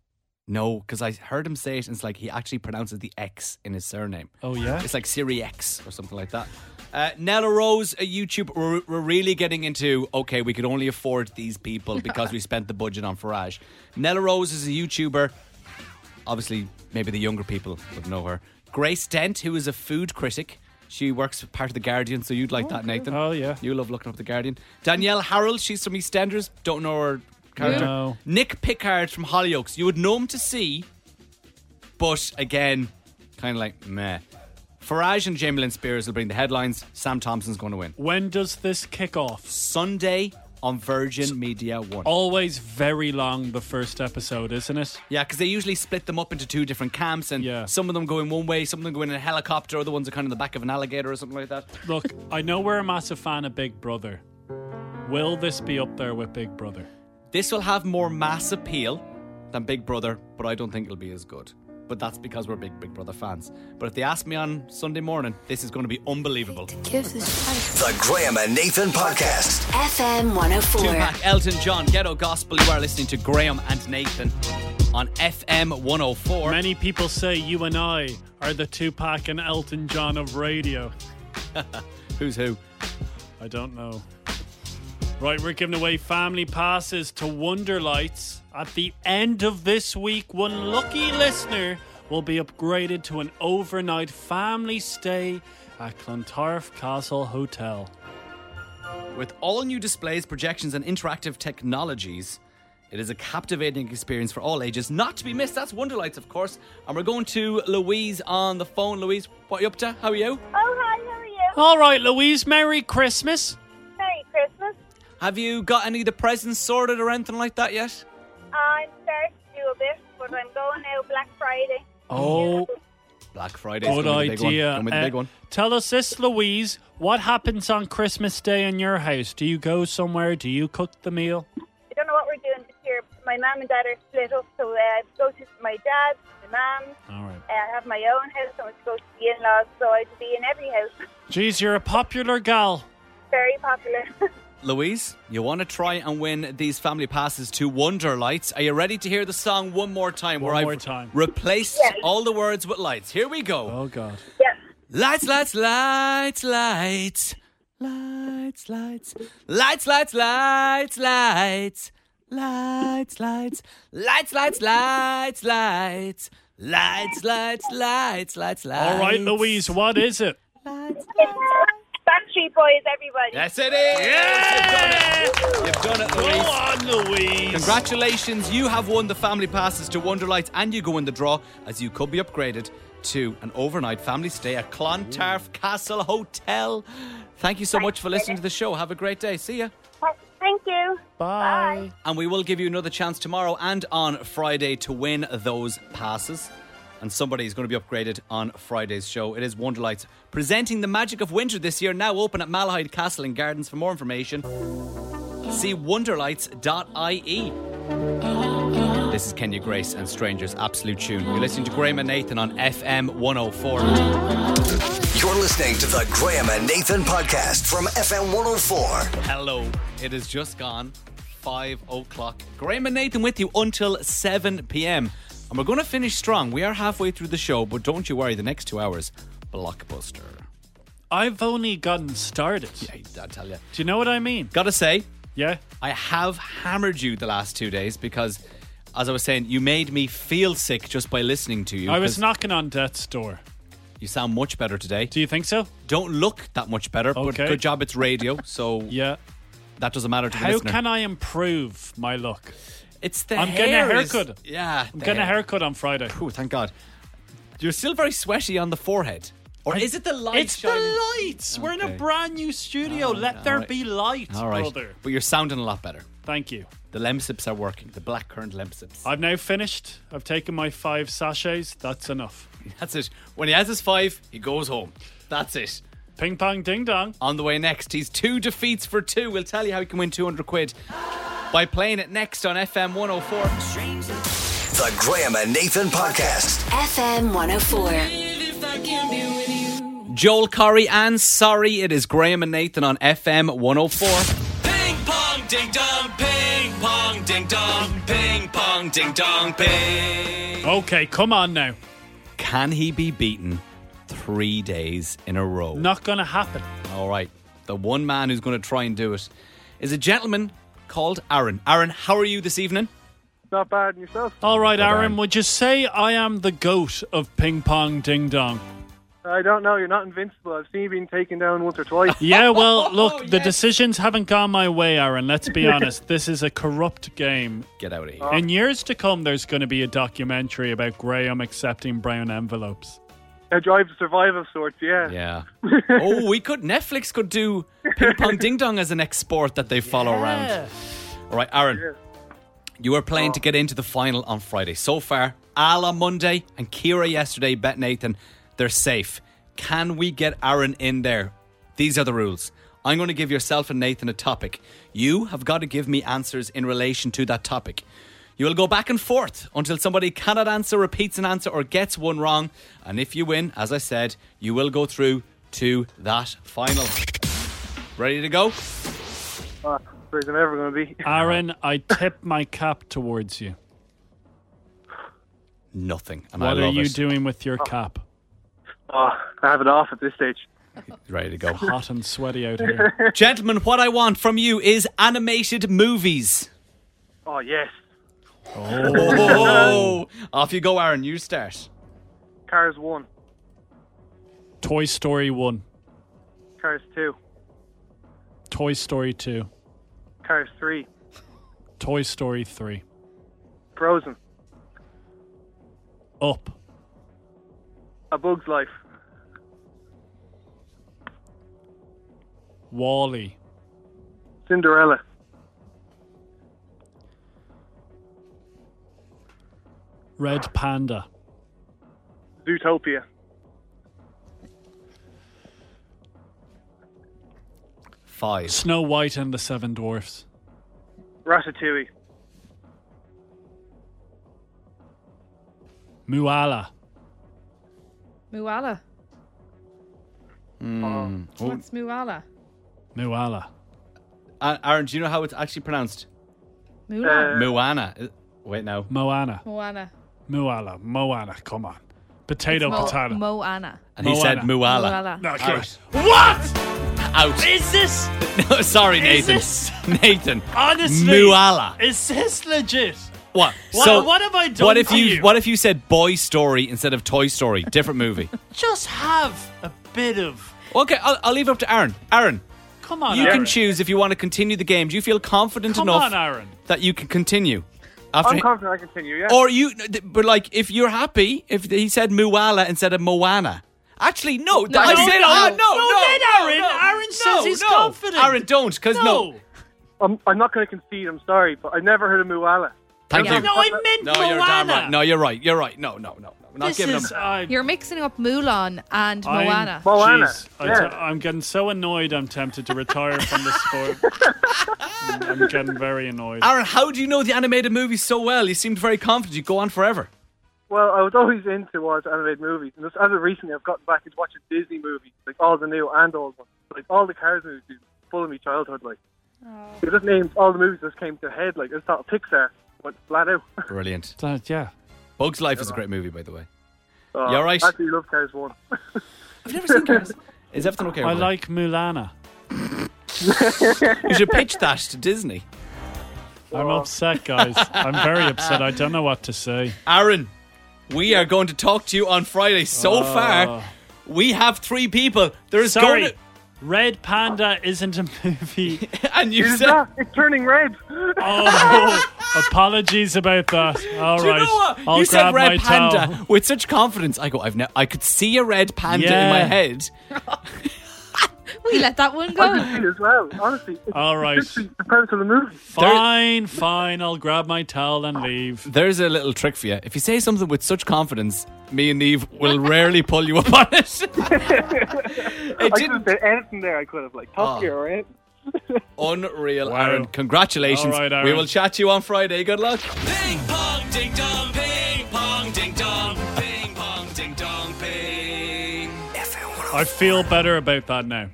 S1: No, because I heard him say it, and it's like he actually pronounces the X in his surname.
S4: Oh, yeah?
S1: it's like Siri X or something like that. Uh, Nella Rose, a YouTube. We're, we're really getting into okay. We could only afford these people
S4: <laughs>
S1: because we spent the budget on Farage. Nella Rose is a YouTuber. Obviously, maybe the younger people would know her. Grace Dent, who is a food critic. She works for part of The Guardian, so you'd like that, Nathan.
S4: Oh, yeah.
S1: You love looking up The Guardian. Danielle Harrell, she's from EastEnders. Don't know her character.
S4: No.
S1: Nick Pickard from Hollyoaks. You would know him to see, but again, kind of like meh. Farage and Jamie Lynn Spears will bring the headlines. Sam Thompson's going to win.
S4: When does this kick off?
S1: Sunday on Virgin Media 1.
S4: Always very long, the first episode, isn't it?
S1: Yeah, because they usually split them up into two different camps, and
S4: Yeah.
S1: some of them go in one way, some of them go in a helicopter, other ones are kind of in the back of an alligator or something like that.
S4: Look, I know we're a massive fan of Big Brother. Will this be up there with Big Brother?
S1: This will have more mass appeal than Big Brother, but I don't think it'll be as good. But that's because we're big Big Brother fans. But if they ask me on Sunday morning, this is going to be unbelievable.
S12: Give this
S5: The Graham and Nathan Podcast.
S12: FM 104.
S1: Tupac, Elton John, Ghetto Gospel. You are listening to Graham and Nathan on FM 104.
S4: Many people say you and I are the Tupac and Elton John of radio.
S1: Who's who?
S4: I don't know. Right, we're giving away family passes to Wonderlights at the end of this week. One lucky listener will be upgraded to an overnight family stay at Clontarf Castle Hotel.
S1: With all new displays, projections, and interactive technologies, it is a captivating experience for all ages, not to be missed. That's Wonderlights, of course. And we're going to Louise on the phone. Louise, what are you up to? How are you?
S13: Oh, hi, how are you?
S4: All right, Louise, Merry Christmas.
S13: Merry Christmas.
S1: Have you got any of the presents sorted or anything like that yet?
S13: I'm starting to do a bit, but I'm going out Black Friday.
S4: Oh,
S1: Black Friday.
S4: good idea.
S1: Going with the
S4: Uh,
S1: big one.
S4: Tell us this, Louise. What happens on Christmas Day in your house? Do you go somewhere? Do you cook the meal?
S13: I don't know what we're doing this year. but My mum and dad are split up, so uh, I go to my dad's, my mum.
S4: All right.
S13: Uh, I have my own house, and I go to the in-laws, so I'd be in every house. <laughs>
S4: Geez, you're a popular gal.
S13: Very popular. <laughs>
S1: Louise, you want to try and win these family passes to Wonder Lights. Are you ready to hear the song one more time?
S4: One
S1: where
S4: more
S1: I've
S4: time.
S1: replaced
S13: Yes.
S1: all the words with lights. Here we go.
S4: Oh God.
S13: yeah.
S1: Lights, lights, lights, lights, lights, lights, lights, lights, lights, lights, lights, lights, lights, lights, lights, lights, lights, lights, lights, lights, lights.
S4: All right, Louise, what is it?
S13: Backstreet Boys, everybody.
S1: Yes, it is. You've done it, Louise.
S4: Go on, Louise.
S1: Congratulations, you have won the family passes to Wonderlights and you go in the draw as you could be upgraded to an overnight family stay at Clontarf Castle Hotel. Thank you so much for listening to the show. Have a great day. See ya.
S13: Thank you.
S4: Bye.
S1: And we will give you another chance tomorrow and on Friday to win those passes. And somebody is going to be upgraded on Friday's show. It is Wonderlights presenting the magic of winter this year, now open at Malahide Castle and Gardens. For more information, see wonderlights.ie. E. This is Kenya Grace and Strangers Absolute Tune. You're listening to Graham and Nathan on FM 104.
S5: You're listening to the Graham and Nathan podcast from FM 104.
S1: Hello, it is just gone five o'clock. Graham and Nathan with you until 7 p.m. And we're going to finish strong. We are halfway through the show, but don't you worry, the next two hours, blockbuster.
S4: I've only gotten started.
S1: I, I tell you.
S4: Do you know what I mean?
S1: Gotta say,
S4: Yeah.
S1: I have hammered you the last two days because, as I was saying, you made me feel sick just by listening to you.
S4: I was
S1: 'cause
S4: knocking on death's door.
S1: You sound much better today.
S4: Do you think so?
S1: Don't look that much better, but
S4: Okay.
S1: good job it's radio, so
S4: Yeah.
S1: that doesn't matter to the
S4: How
S1: listener.
S4: can I improve my look?
S1: it's the
S4: I'm
S1: hair
S4: getting a
S1: is-
S4: haircut.
S1: yeah,
S4: I'm
S1: the
S4: getting a
S1: hair.
S4: haircut on Friday.
S1: Oh, thank God. You're still very sweaty on the forehead. Or is it the light?
S4: It's
S1: shining?
S4: the lights. We're in a
S1: Okay.
S4: brand new studio. Let there
S1: right.
S4: be light,
S1: All right.
S4: brother.
S1: But you're sounding a lot better.
S4: Thank you.
S1: The lemsips are working. The blackcurrant lemsips.
S4: I've now finished. I've taken my five sachets. That's enough.
S1: That's it. When he has his five, he goes home. That's it.
S4: Ping pong ding dong.
S1: On the way next, he's two defeats for two. We'll tell you how he can win 200 quid by playing it next on FM 104.
S5: The Graham and Nathan podcast.
S14: FM 104.
S1: Joel Corey and sorry, it is Graham and Nathan on FM 104. Ping pong ding dong, ping pong ding dong, ping pong ding dong, ping.
S4: Okay, come on now.
S1: Can he be beaten three days in a row?
S4: Not gonna happen.
S1: All right. The one man who's going to try and do it is a gentleman called Aaron. Aaron, how are you this evening?
S15: Not bad, and yourself?
S4: All right,
S1: Well
S4: Aaron,
S1: done.
S4: would you say I am the goat of ping pong ding dong?
S15: I don't know. You're not invincible. I've seen you being taken down once or <laughs> twice.
S1: <laughs>
S4: Yeah, well, look,
S1: Oh,
S4: the decisions haven't gone my way, Aaron. Let's
S1: <laughs>
S4: be honest. This is a corrupt game.
S1: Get out of here.
S4: In years to come, there's going to be a documentary about Graham accepting brown envelopes.
S15: A drive to survive of sorts. Yeah.
S1: Yeah. oh, we could. Netflix could do ping pong ding dong as an export that they follow around. All right, Aaron. You were playing to get into the final on Friday. So far, Ala Monday and Kira yesterday bet Nathan they're safe. Can we get Aaron in there? These are the rules. I'm going to give yourself and Nathan a topic. You have got to give me answers in relation to that topic. You will go back and forth until somebody cannot answer, repeats an answer, or gets one wrong. And if you win, as I said, you will go through to that final. Ready to go?
S15: Oh, where's I'm ever going to be?
S4: Aaron, I tip my cap towards you.
S1: Nothing. And
S4: What
S1: I
S4: are
S1: love
S4: you
S1: it.
S4: doing with your cap?
S15: <laughs> Oh, I have it off at this stage.
S1: Ready to
S4: <laughs>
S1: go.
S4: Hot and sweaty out here.
S1: Gentlemen, what I want from you is animated movies.
S15: Oh yes.
S1: Oh. Off you go, Aaron. You start.
S15: Cars 1,
S4: Toy Story 1,
S15: Cars 2,
S4: Toy Story 2,
S15: Cars 3,
S4: Toy Story 3,
S15: Frozen,
S4: Up,
S15: A Bug's Life,
S4: Wally,
S15: Cinderella,
S4: Red Panda,
S15: Zootopia,
S1: Five.
S4: Snow White and the Seven Dwarfs,
S15: Ratatouille,
S4: Muala,
S2: Muala.
S1: Mm.
S2: What's Muala?
S4: Muala.
S1: Uh, Aaron, do you know how it's actually pronounced?
S2: Mulan.
S1: Moana. Uh, Wait, no.
S4: Moana.
S2: Moana.
S4: Muala. Moana. Come on. Potato,
S2: It's Mo-
S4: potato.
S2: Moana.
S1: And he said Muala.
S2: Muala.
S4: No,
S1: Out.
S4: correct. What?
S1: Out.
S4: Is this
S1: <laughs> No, sorry,
S4: Is
S1: Nathan.
S4: this-
S1: Nathan.
S4: honestly?
S1: Muala.
S4: Is this legit?
S1: What?
S4: What- what have I done
S1: What if
S4: to
S1: you,
S4: you?
S1: What if you said Boy Story instead of Toy Story? Different
S4: <laughs>
S1: movie.
S4: Just have a bit of.
S1: okay, I'll, I'll leave it up to Aaron. Aaron,
S4: Come on,
S1: you
S4: Aaron.
S1: can choose if you want to continue the game. Do you feel confident
S4: Come
S1: enough
S4: on, Aaron.
S1: that you can continue?
S15: I'm
S1: he-
S15: confident I continue, yeah.
S1: <laughs> Or you, but like, if you're happy, if he said Muala instead of Moana. Actually, no, th-
S2: No,
S1: I
S2: no,
S1: said,
S2: no.
S1: ah, no, no,
S4: No, then,
S1: no,
S4: Aaron.
S1: no.
S4: Aaron says
S1: No,
S4: he's
S1: no.
S4: confident.
S1: Aaron, don't, because no.
S4: No.
S15: I'm, I'm not going to concede, I'm sorry, but I never heard of Muala.
S1: Thank
S2: Yeah.
S1: you. <laughs>
S4: No, I meant
S1: No,
S4: Moana.
S1: you're damn right. No, you're right. You're right. No, no, no. We're not
S4: this
S1: giving
S4: is.
S1: him.
S4: Uh,
S2: You're mixing up Mulan and
S4: I'm-
S2: Moana.
S15: Moana,
S4: Jeez, I
S15: yeah.
S4: t- I'm getting so annoyed. I'm tempted to retire from the <laughs> sport. I'm getting very annoyed.
S1: Aaron, how do you know the animated movies so well? You seemed very confident. You go on forever.
S15: Well, I was always in towards animated movies, and just as of recently, I've gotten back into watching Disney movies, like all the new and old ones, like all the Cars movies, full of me childhood. Like, it just named all the movies that came to head. Like, I just thought Pixar went flat out.
S1: Brilliant.
S4: That- yeah.
S1: Bugs Life is a great movie, by the way.
S15: Uh,
S1: You're right.
S15: I absolutely love Cars One.
S1: I've never seen Cars. Is everything okay?
S4: I
S1: over there?
S4: like Mulana.
S1: You should pitch that to Disney.
S4: I'm upset, guys. I'm <laughs> very upset. I don't know what to say.
S1: Aaron, we are going to talk to you on Friday. So far, we have three people. There is
S4: Uh. Sorry.
S1: going
S4: Red Panda isn't a <laughs> movie.
S1: to, <laughs> and you
S15: It is
S1: said.
S15: not. It's turning red.
S4: Oh, apologies about that. All
S1: Do you know
S4: right.
S1: what?
S4: I'll
S1: you said
S4: grab my
S1: red
S4: towel.
S1: panda with such confidence. I go, I've ne- I could see a red panda in my
S4: Yeah.
S1: head.
S2: We let that one
S15: I can
S2: go.
S15: see it as well. Honestly, it's
S4: All right.
S15: literally the premise of the movie.
S4: Fine, fine. I'll grab my towel and leave.
S1: There's a little trick for you. If you say something with such confidence, me and Eve will rarely pull you <laughs> up on it. it
S15: I could have
S1: didn't.
S15: said anything there. I could have like Top
S1: Oh.
S15: Gear, right?
S1: Unreal,
S4: Wow.
S1: Aaron. Congratulations.
S4: All right,
S1: We
S4: Aaron.
S1: will chat to you on Friday. Good luck.
S5: Ping pong ding dong, ping pong ding dong, ping pong ding dong, ping. oh
S4: I feel better about that now.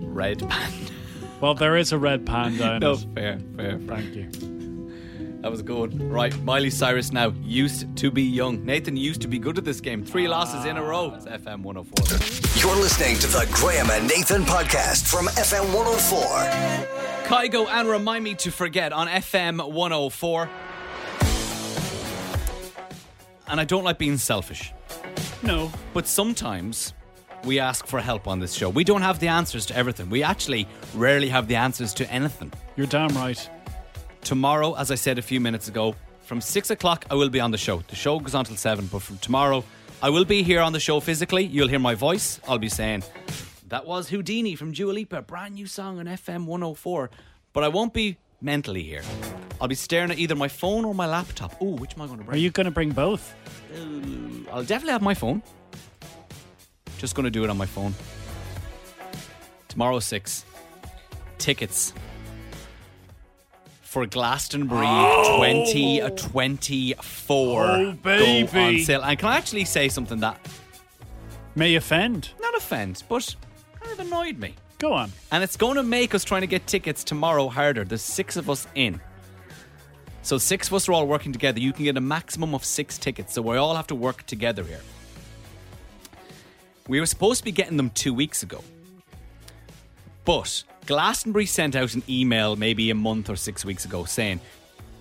S1: Red panda.
S4: Well, there is a red panda in
S1: No,
S4: it.
S1: fair, fair.
S4: Thank you.
S1: That was good. Right, Miley Cyrus now used to be young. Nathan used to be good at this game. Three losses in a row. It's FM 104.
S5: You're listening to the Graham and Nathan podcast from FM 104.
S1: Kygo and Remind Me to Forget on FM 104. And I don't like being selfish,
S4: No.
S1: but sometimes we ask for help on this show. We don't have the answers to everything. We actually rarely have the answers to anything.
S4: You're damn right.
S1: Tomorrow, as I said a few minutes ago, from six o'clock, I will be on the show. The show goes on till seven, but from tomorrow, I will be here on the show physically. You'll hear my voice. I'll be saying, That was Houdini from Dua Lipa, brand new song on FM 104. But I won't be mentally here. I'll be staring at either my phone or my laptop. Ooh, which am I going to
S4: Are
S1: bring?
S4: you going to bring both?
S1: Ooh, I'll definitely have my phone. Just going to do it on my phone. Tomorrow, six. Tickets for Glastonbury 2024
S4: Oh,
S1: go on
S4: baby.
S1: sale. And can I actually say something that,
S4: May offend.
S1: not offend, but kind of annoyed me?
S4: Go on.
S1: And it's going to make us trying to get tickets tomorrow harder. There's six of us in. So six of us are all working together. You can get a maximum of six tickets. So we all have to work together here. We were supposed to be getting them two weeks ago. But Glastonbury sent out an email maybe a month or six weeks ago saying,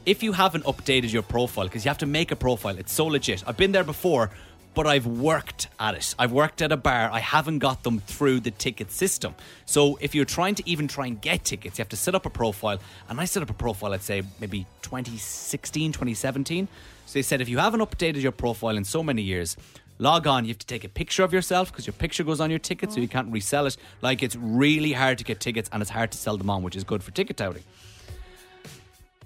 S1: if you haven't updated your profile, because you have to make a profile, it's so legit. I've been there before, but I've worked at it. I've worked at a bar. I haven't got them through the ticket system. So if you're trying to even try and get tickets, you have to set up a profile. And I set up a profile, I'd say maybe 2016, 2017. So they said if you haven't updated your profile in so many years, log on. You have to take a picture of yourself because your picture goes on your ticket, so you can't resell it. Like it's really hard to get tickets and it's hard to sell them on, which is good for ticket touting.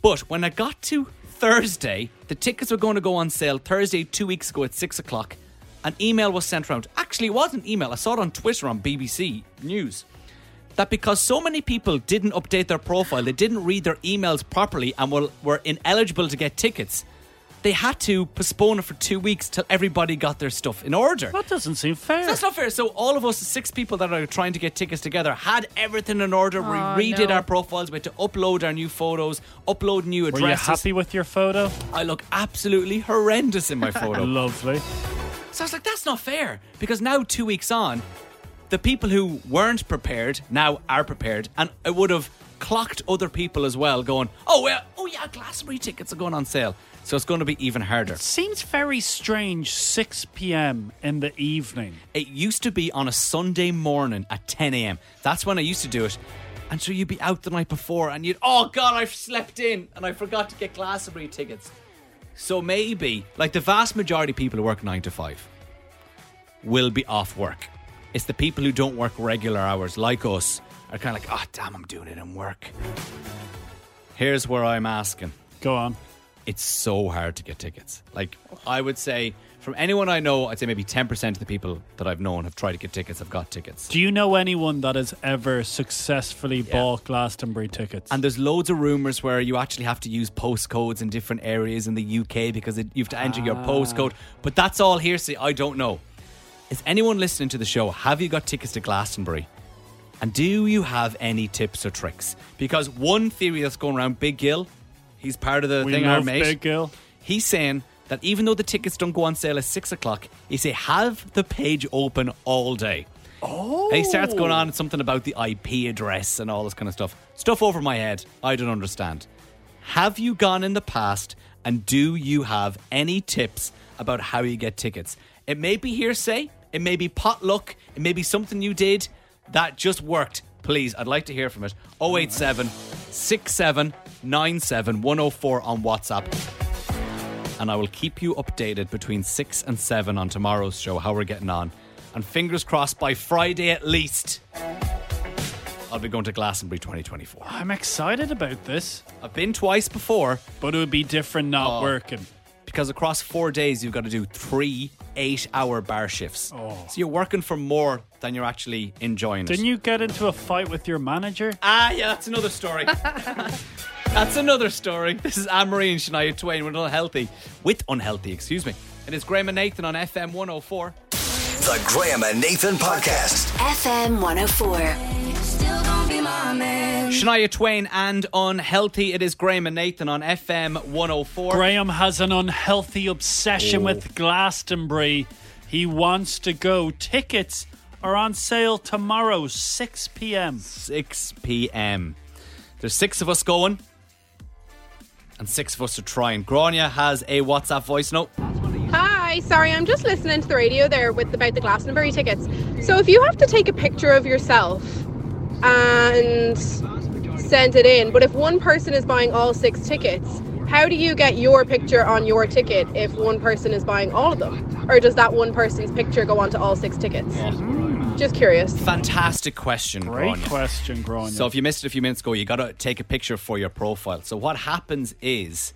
S1: But when I got to Thursday, the tickets were going to go on sale Thursday, two weeks ago at six o'clock. An email was sent around. Actually, it wasn't an email. I saw it on Twitter on BBC News. That because so many people didn't update their profile, they didn't read their emails properly and were, were ineligible to get tickets, they had to postpone it for two weeks till everybody got their stuff in order.
S4: That doesn't seem fair.
S1: that's not fair. So all of us six people that are trying to get tickets together had everything in order. we
S4: Aw,
S1: redid
S4: no.
S1: our profiles. We had to upload our new photos, upload new
S4: Were
S1: addresses.
S4: you happy with your photo?
S1: I look absolutely horrendous
S4: <laughs>
S1: in my photo.
S4: Lovely.
S1: So I was like, that's not fair. Because now, two weeks on, the people who weren't prepared now are prepared. And I would have clocked other people as well, going, oh, well, oh yeah, Glastonbury tickets are going on sale. So it's going to be even harder.
S4: Seems very strange. Six p.m. in the evening.
S1: It used to be on a Sunday morning at 10 a.m. That's when I used to do it. And so you'd be out the night before and you'd, oh God, I've slept in and I forgot to get Glastonbury tickets. So maybe, like the vast majority of people who work nine to five will be off work. It's the people who don't work regular hours, like us, are kind of like, oh, damn, I'm doing it in work. Here's where I'm asking.
S4: Go on.
S1: It's so hard to get tickets. Like, I would say, from anyone I know, I'd say maybe 10% of the people that I've known have tried to get tickets, have got tickets.
S4: Do you know anyone that has ever successfully bought Glastonbury tickets?
S1: And there's loads of rumours where you actually have to use postcodes in different areas in the UK because it, you have to enter your
S4: Ah.
S1: postcode. But that's all hearsay. I don't know. Is anyone listening to the show? Have you got tickets to Glastonbury? And do you have any tips or tricks? Because one theory that's going around, Big Gill, he's part of the
S4: We
S1: thing, our
S4: love
S1: mate.
S4: Big Gill.
S1: He's saying that even though the tickets don't go on sale at six o'clock, he say have the page open all day.
S4: Oh.
S1: And he starts going on something about the IP address and all this kind of stuff. Stuff over my head. I don't understand. Have you gone in the past and do you have any tips about how you get tickets? It may be hearsay, it may be potluck, it may be something you did that just worked. Please, I'd like to hear from it. 087 6797 104 on WhatsApp. And I will keep you updated between 6 and 7 on tomorrow's show how we're getting on. And fingers crossed by Friday at least, I'll be going to Glastonbury 2024.
S4: I'm excited about this.
S1: I've been twice before,
S4: but it would be different not
S1: Oh.
S4: working.
S1: Because across four days, you've got to do three eight hour bar shifts. So you're working for more than you're actually enjoying it.
S4: Oh. Didn't you get into a fight with your manager?
S1: Ah, yeah, that's another
S4: <laughs>
S1: story. That's another story. This is Anne-Marie and Shania Twain with Unhealthy. With Unhealthy, excuse me. It is Graham and Nathan on FM 104.
S5: The Graham and Nathan Podcast.
S14: FM 104. Still gonna be my man.
S1: Shania Twain and Unhealthy. It is Graham and Nathan on FM 104.
S4: Graham has an unhealthy obsession
S1: Oh.
S4: with Glastonbury. He wants to go. Tickets are on sale tomorrow, 6 p.m.
S1: 6 p.m. There's six of us going, and six of us are trying. Grania has a WhatsApp voice note.
S16: Hi, sorry, I'm just listening to the radio there with about the Glastonbury tickets. So if you have to take a picture of yourself and send it in, but if one person is buying all six tickets, how do you get your picture on your ticket if one person is buying all of them? Or does that one person's picture go onto all six tickets? Just curious.
S1: Fantastic question,
S4: Great
S1: Grania.
S4: question, Grania.
S1: So if you missed it a few minutes ago, you got to take a picture for your profile. So what happens is,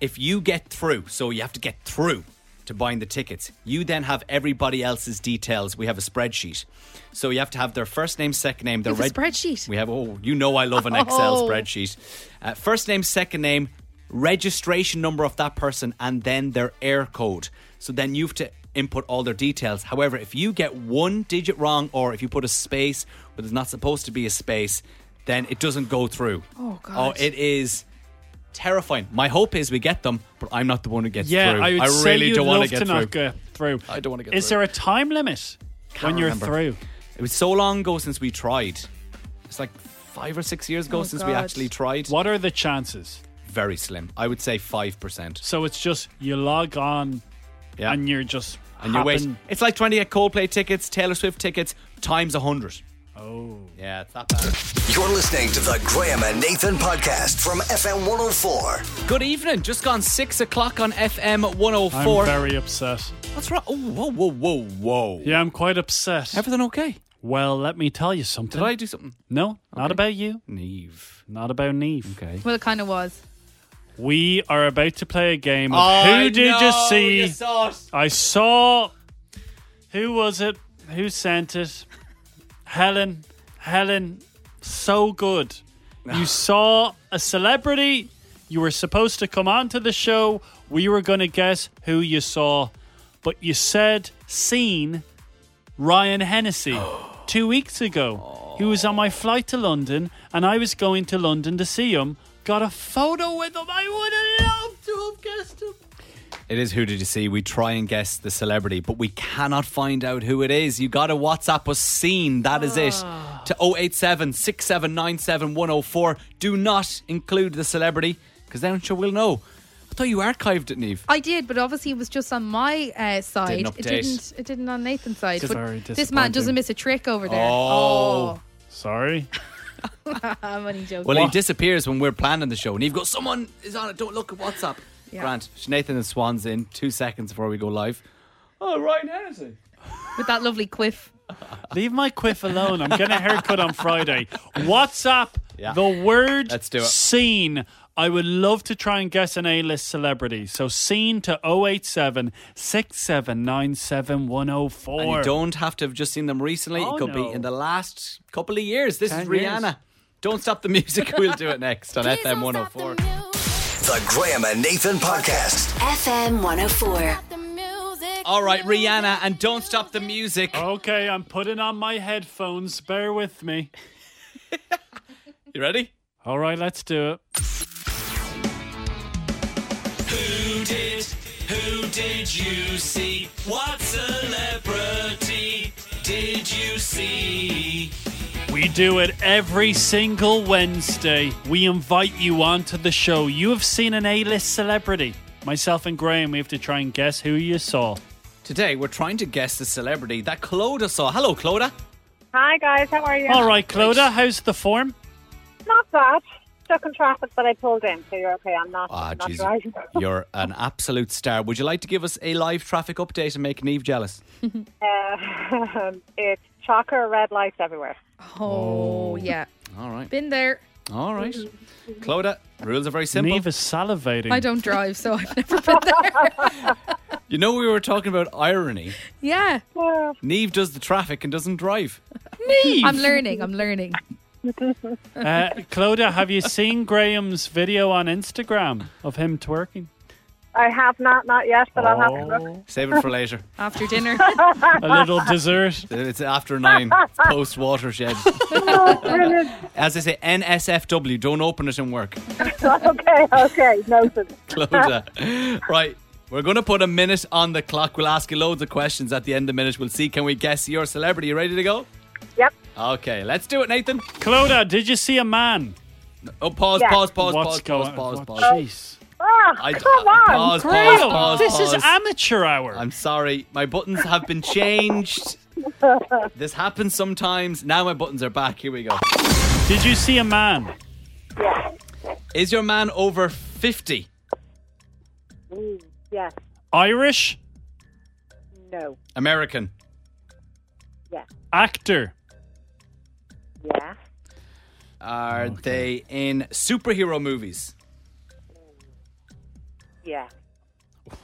S1: if you get through, so you have to get through to buying the tickets. You then have everybody else's details. We have a spreadsheet, so you have to have their first name, second name, their
S2: You've a
S1: reg-
S2: spreadsheet.
S1: We have oh, you know I love an Excel
S2: <laughs> Oh.
S1: spreadsheet. Uh, first name, second name, registration number of that person, and then their air code. So then you have to input all their details. However, if you get one digit wrong, or if you put a space where there's not supposed to be a space, then it doesn't go through.
S4: Oh, God.
S1: Oh, it is terrifying. My hope is we get them, but I'm not the one who gets
S4: yeah,
S1: through.
S4: I, would say
S1: really
S4: you'd
S1: don't
S4: love
S1: want to get
S4: to
S1: through.
S4: not get through.
S1: I don't want to get
S4: Is
S1: through.
S4: there a time limit when you're
S1: remember.
S4: through?
S1: It was so long ago since we tried. It's like five or six years ago
S4: Oh,
S1: since we
S4: God.
S1: actually tried.
S4: What are the chances?
S1: Very slim. I would say 5%.
S4: So it's just you log on
S1: Yeah.
S4: and you're just
S1: And you waste.
S4: happen-
S1: It's like trying to get Coldplay tickets, Taylor Swift tickets times a hundred.
S4: Oh,
S1: yeah, it's that bad.
S17: You're listening to the Graham and Nathan podcast from FM 104.
S1: Good evening. Just gone six o'clock on FM 104.
S4: I'm very upset.
S1: What's wrong? Oh, whoa, whoa, whoa, whoa.
S4: Yeah, I'm quite upset.
S1: Everything okay?
S4: Well, let me tell you something.
S1: Did I do something?
S4: No, not about you.
S1: Neve.
S4: Not about Neve. Okay.
S2: Well, it kind of was.
S4: We are about to play a game of
S2: Oh,
S4: Who
S2: I
S4: Did You
S2: know,
S4: See?
S2: you saw it.
S4: I saw. Who was it? Who sent it? Helen. Helen. So good. You saw a celebrity. You were supposed to come on to the show. We were going to guess who you saw. But you said, seen Ryan Hennessy two weeks ago. He was on my flight to London, and I was going to London to see him. Got a photo with him. I would have loved to have guessed him.
S1: It is Who Did You See? We try and guess the celebrity, but we cannot find out who it is. You got to WhatsApp us scene. That is it. To 087 6797 104. Do not include the celebrity because then I'm sure we'll know. I thought you archived it, Neve.
S2: I did, but obviously it was just on my uh, side.
S1: Didn't
S2: it
S1: update.
S2: didn't. It didn't on Nathan's side.
S4: Just very
S2: But this man
S4: disappointing.
S2: doesn't miss a trick over there.
S1: Oh.
S4: Sorry.
S2: Oh. I'm only joking.
S1: Well, he disappears when we're planning the show. Neve goes, Someone is on it. Don't look at WhatsApp.
S2: Yeah.
S1: Grant, Nathan and Swan's in two seconds before we go live. Oh, Ryan Hennessy.
S2: with that lovely quiff.
S4: Leave my quiff alone. I'm getting a haircut on Friday. WhatsApp
S1: Yeah.
S4: the word
S1: Let's do it.
S4: scene. I would love to try and guess an A list celebrity. So scene to 087 6797 104.
S1: And you don't have to have just seen them recently.
S4: Oh,
S1: it could
S4: no.
S1: be in the last couple of years. This is
S4: Ten years.
S1: Rihanna. Don't stop the music. <laughs> We'll do it next on FM 104.
S17: The Graham and Nathan podcast.
S14: FM 104.
S1: All right, Rihanna, and don't stop the music.
S4: Okay, I'm putting on my headphones. Bear with me.
S1: You ready?
S4: All right, let's do it.
S5: Who did? Who did you see? What celebrity did you see?
S4: We do it every single Wednesday. We invite you onto the show. You have seen an A list celebrity. Myself and Graham, we have to try and guess who you saw.
S1: Today, we're trying to guess the celebrity that Cloda saw. Hello, Cloda.
S18: Hi guys, how are you?
S4: All right, Cloda, how's the form?
S18: Not bad. Stuck in traffic, but I pulled in, so you're okay. I'm not.
S1: Ah,
S18: I'm not
S1: jeez.
S18: <laughs> driving.
S1: You're an absolute star. Would you like to give us a live traffic update and make Neve jealous?
S18: Uh, it's chocker red lights everywhere.
S2: Oh, yeah.
S1: All right.
S2: Been there.
S1: All right. Cloda, rules are very simple.
S4: Neve is salivating.
S2: I don't drive, so I've never been there.
S1: You know, we were talking about irony.
S2: yeah.
S1: Neve does the traffic and doesn't drive.
S4: Neve.
S2: I'm learning. I'm learning.
S4: Uh, <laughs> Cloda, have you seen Graham's video on Instagram of him twerking?
S18: I have not, not yet, but I'll have to look.
S1: Save it for later. Uh,
S2: After dinner.
S4: Oh, A little dessert.
S1: It's after nine. It's post watershed.
S18: Brilliant. <laughs>
S1: As I say, NSFW, don't open it and work.
S18: okay, okay, noted.
S1: Closer. right. We're going to put a minute on the clock. We'll ask you loads of questions at the end of the minute. We'll see can we guess your celebrity. You ready to go?
S18: Yep.
S1: Okay, let's do it, Nathan.
S4: Cloda, did you see a man?
S1: Oh, pause,
S18: Yeah.
S1: pause, pause,
S4: What's
S1: pause, pause,
S4: going-
S1: pause,
S4: oh,
S1: pause.
S4: jeez.
S18: Ah,
S1: I-
S18: come on.
S1: Pause,
S4: Graham,
S1: pause, pause,
S4: this is
S1: pause.
S4: amateur hour.
S1: I'm sorry. My buttons have been changed. this happens sometimes. Now my buttons are back. Here we go.
S4: Did you see a man?
S1: Is your man over 50?
S18: Mm, yes.
S4: Irish?
S18: No.
S1: American.
S18: Yes.
S4: Actor?
S18: Yeah.
S1: Are they in superhero movies?
S18: Yeah.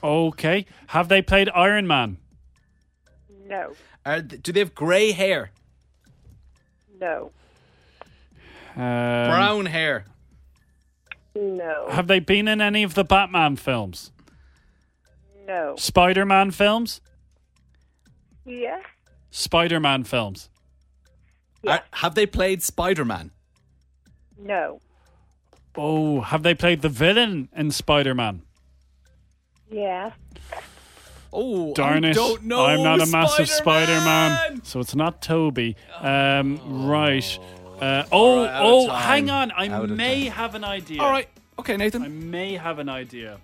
S4: Okay. Have they played Iron Man?
S18: No.
S1: Are th- do they have grey hair?
S18: No.
S4: Um,
S1: Brown hair?
S18: No.
S4: Have they been in any of the Batman films?
S18: No.
S4: Spider Man films?
S18: Yeah.
S4: Spider Man films.
S1: Are, have they played Spider Man?
S18: No.
S4: Oh, have they played the villain in Spider Man?
S18: Yeah.
S1: Oh,
S4: Darn
S1: I
S4: it.
S1: don't know.
S4: I'm not a massive Spider Man.
S1: Spider-Man.
S4: So it's not Toby. Um, right. Uh, oh,
S1: out of
S4: oh,
S1: time.
S4: hang on. I
S1: Out of
S4: may have an idea.
S1: All right. Okay, Nathan.
S4: I may have an idea.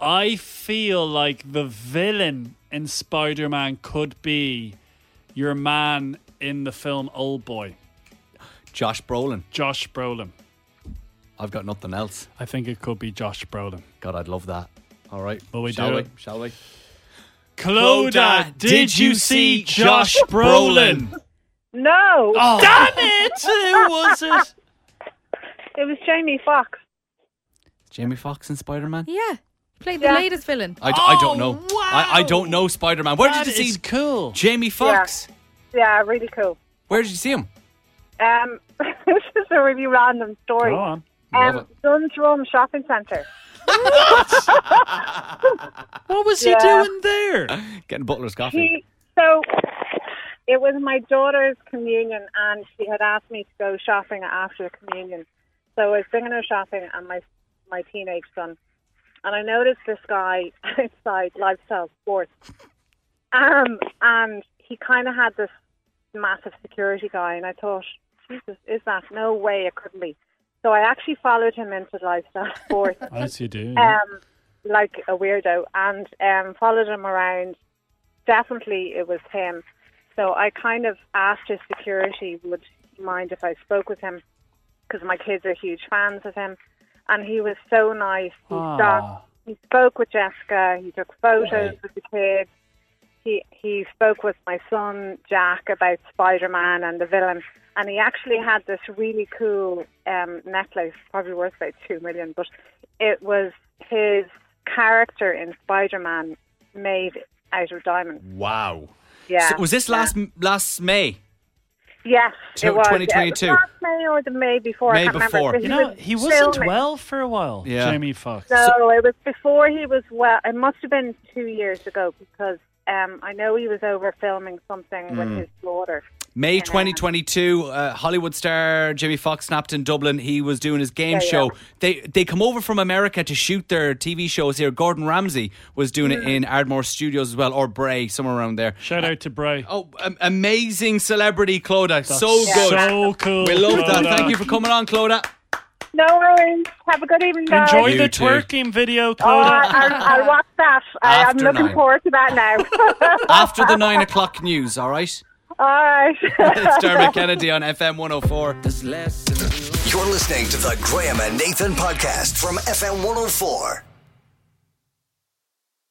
S4: I feel like the villain in Spider Man could be your man in the film Old Boy.
S1: Josh Brolin.
S4: Josh Brolin.
S1: I've got nothing else.
S4: I think it could be Josh Brolin.
S1: God, I'd love that. All right.
S4: Will we
S1: Shall
S4: do
S1: we?
S4: it?
S1: Shall we?
S4: Cloda, did you see Josh Brolin?
S18: No.
S1: Ah.
S4: Oh. Damn it!
S18: Who
S4: was it?
S18: It was Jamie Foxx.
S1: Jamie Foxx and Spider Man?
S2: Yeah. Played the
S18: Yeah.
S2: latest villain.
S1: I, d- I don't know. I, I don't know Spider Man. Where
S18: Oh, That
S1: did you
S18: is
S1: see? cool. Jamie Fox.
S18: Yeah, really cool.
S1: Where did you see him?
S18: Um, <laughs> this is a really random story.
S1: Go on. Oh, Love
S18: Um,
S1: it.
S18: Dundrum Shopping Centre.
S4: what
S1: was
S18: yeah.
S4: there?
S1: Getting Butler's coffee.
S18: He, so it was my daughter's communion, and she had asked me to go shopping after the communion. So I was bringing her shopping, and my my teenage son, and I noticed this guy <laughs> outside Lifestyle Sports, um, and he kind of had this massive security guy, and I thought, Jesus, is that? No way, it couldn't be. So I actually followed him into Lifestyle Sports.
S4: As you do.
S18: um, like a weirdo and um, followed him around. Definitely it was him. So I kind of asked his security, would he mind if I spoke with him? Because my kids are huge fans of him. And he was so nice. He
S19: Ah.
S18: stopped. He spoke with Jessica. He took photos with the kids. He he spoke with my son Jack about Spider Man and the villain, and he actually had this really cool um, necklace, probably worth about two million, but it was his character in Spider Man made out of diamonds.
S1: Wow. Mm.
S18: Yeah.
S1: So was this
S18: yeah.
S1: last last May?
S18: Yes,
S1: Two-
S18: it was.
S1: 2022?
S18: It was last May or the May before.
S1: May
S18: I can't
S1: before.
S18: Remember, but
S1: You know,
S18: was
S4: He wasn't
S18: filming.
S4: well for a while,
S1: Yeah.
S4: Jamie Foxx.
S18: So, it was before he was well. It must have been two years ago because um, I know he was over filming something with
S1: Mm.
S18: his daughter. um,
S1: May 2022, uh, Hollywood star Jimmy Fox snapped in Dublin. He was doing his game
S18: Yeah, yeah.
S1: show. They they come over from America to shoot their TV shows here. Gordon Ramsay was doing
S18: Hmm.
S1: it in Ardmore Studios as well, or Bray, somewhere around there.
S4: Shout out to Bray.
S1: Oh, um, amazing celebrity, Clodagh.
S4: That's
S1: So good.
S4: so cool,
S1: We love that.
S4: Clodagh.
S1: Thank you for coming on, Clodagh.
S18: No worries. Have a good evening, guys.
S4: Enjoy the
S1: too.
S4: twerking video,
S18: Oh,
S1: <laughs>
S4: Clodagh.
S18: I'll, I'll watch that. I, I'm
S1: After
S18: looking
S1: nine.
S18: forward to that now. <laughs>
S1: After the nine o'clock news, all right? <laughs>
S18: All right.
S1: It's Dermot Kennedy on FM 104.
S17: You're listening to the Graham and Nathan podcast from FM 104.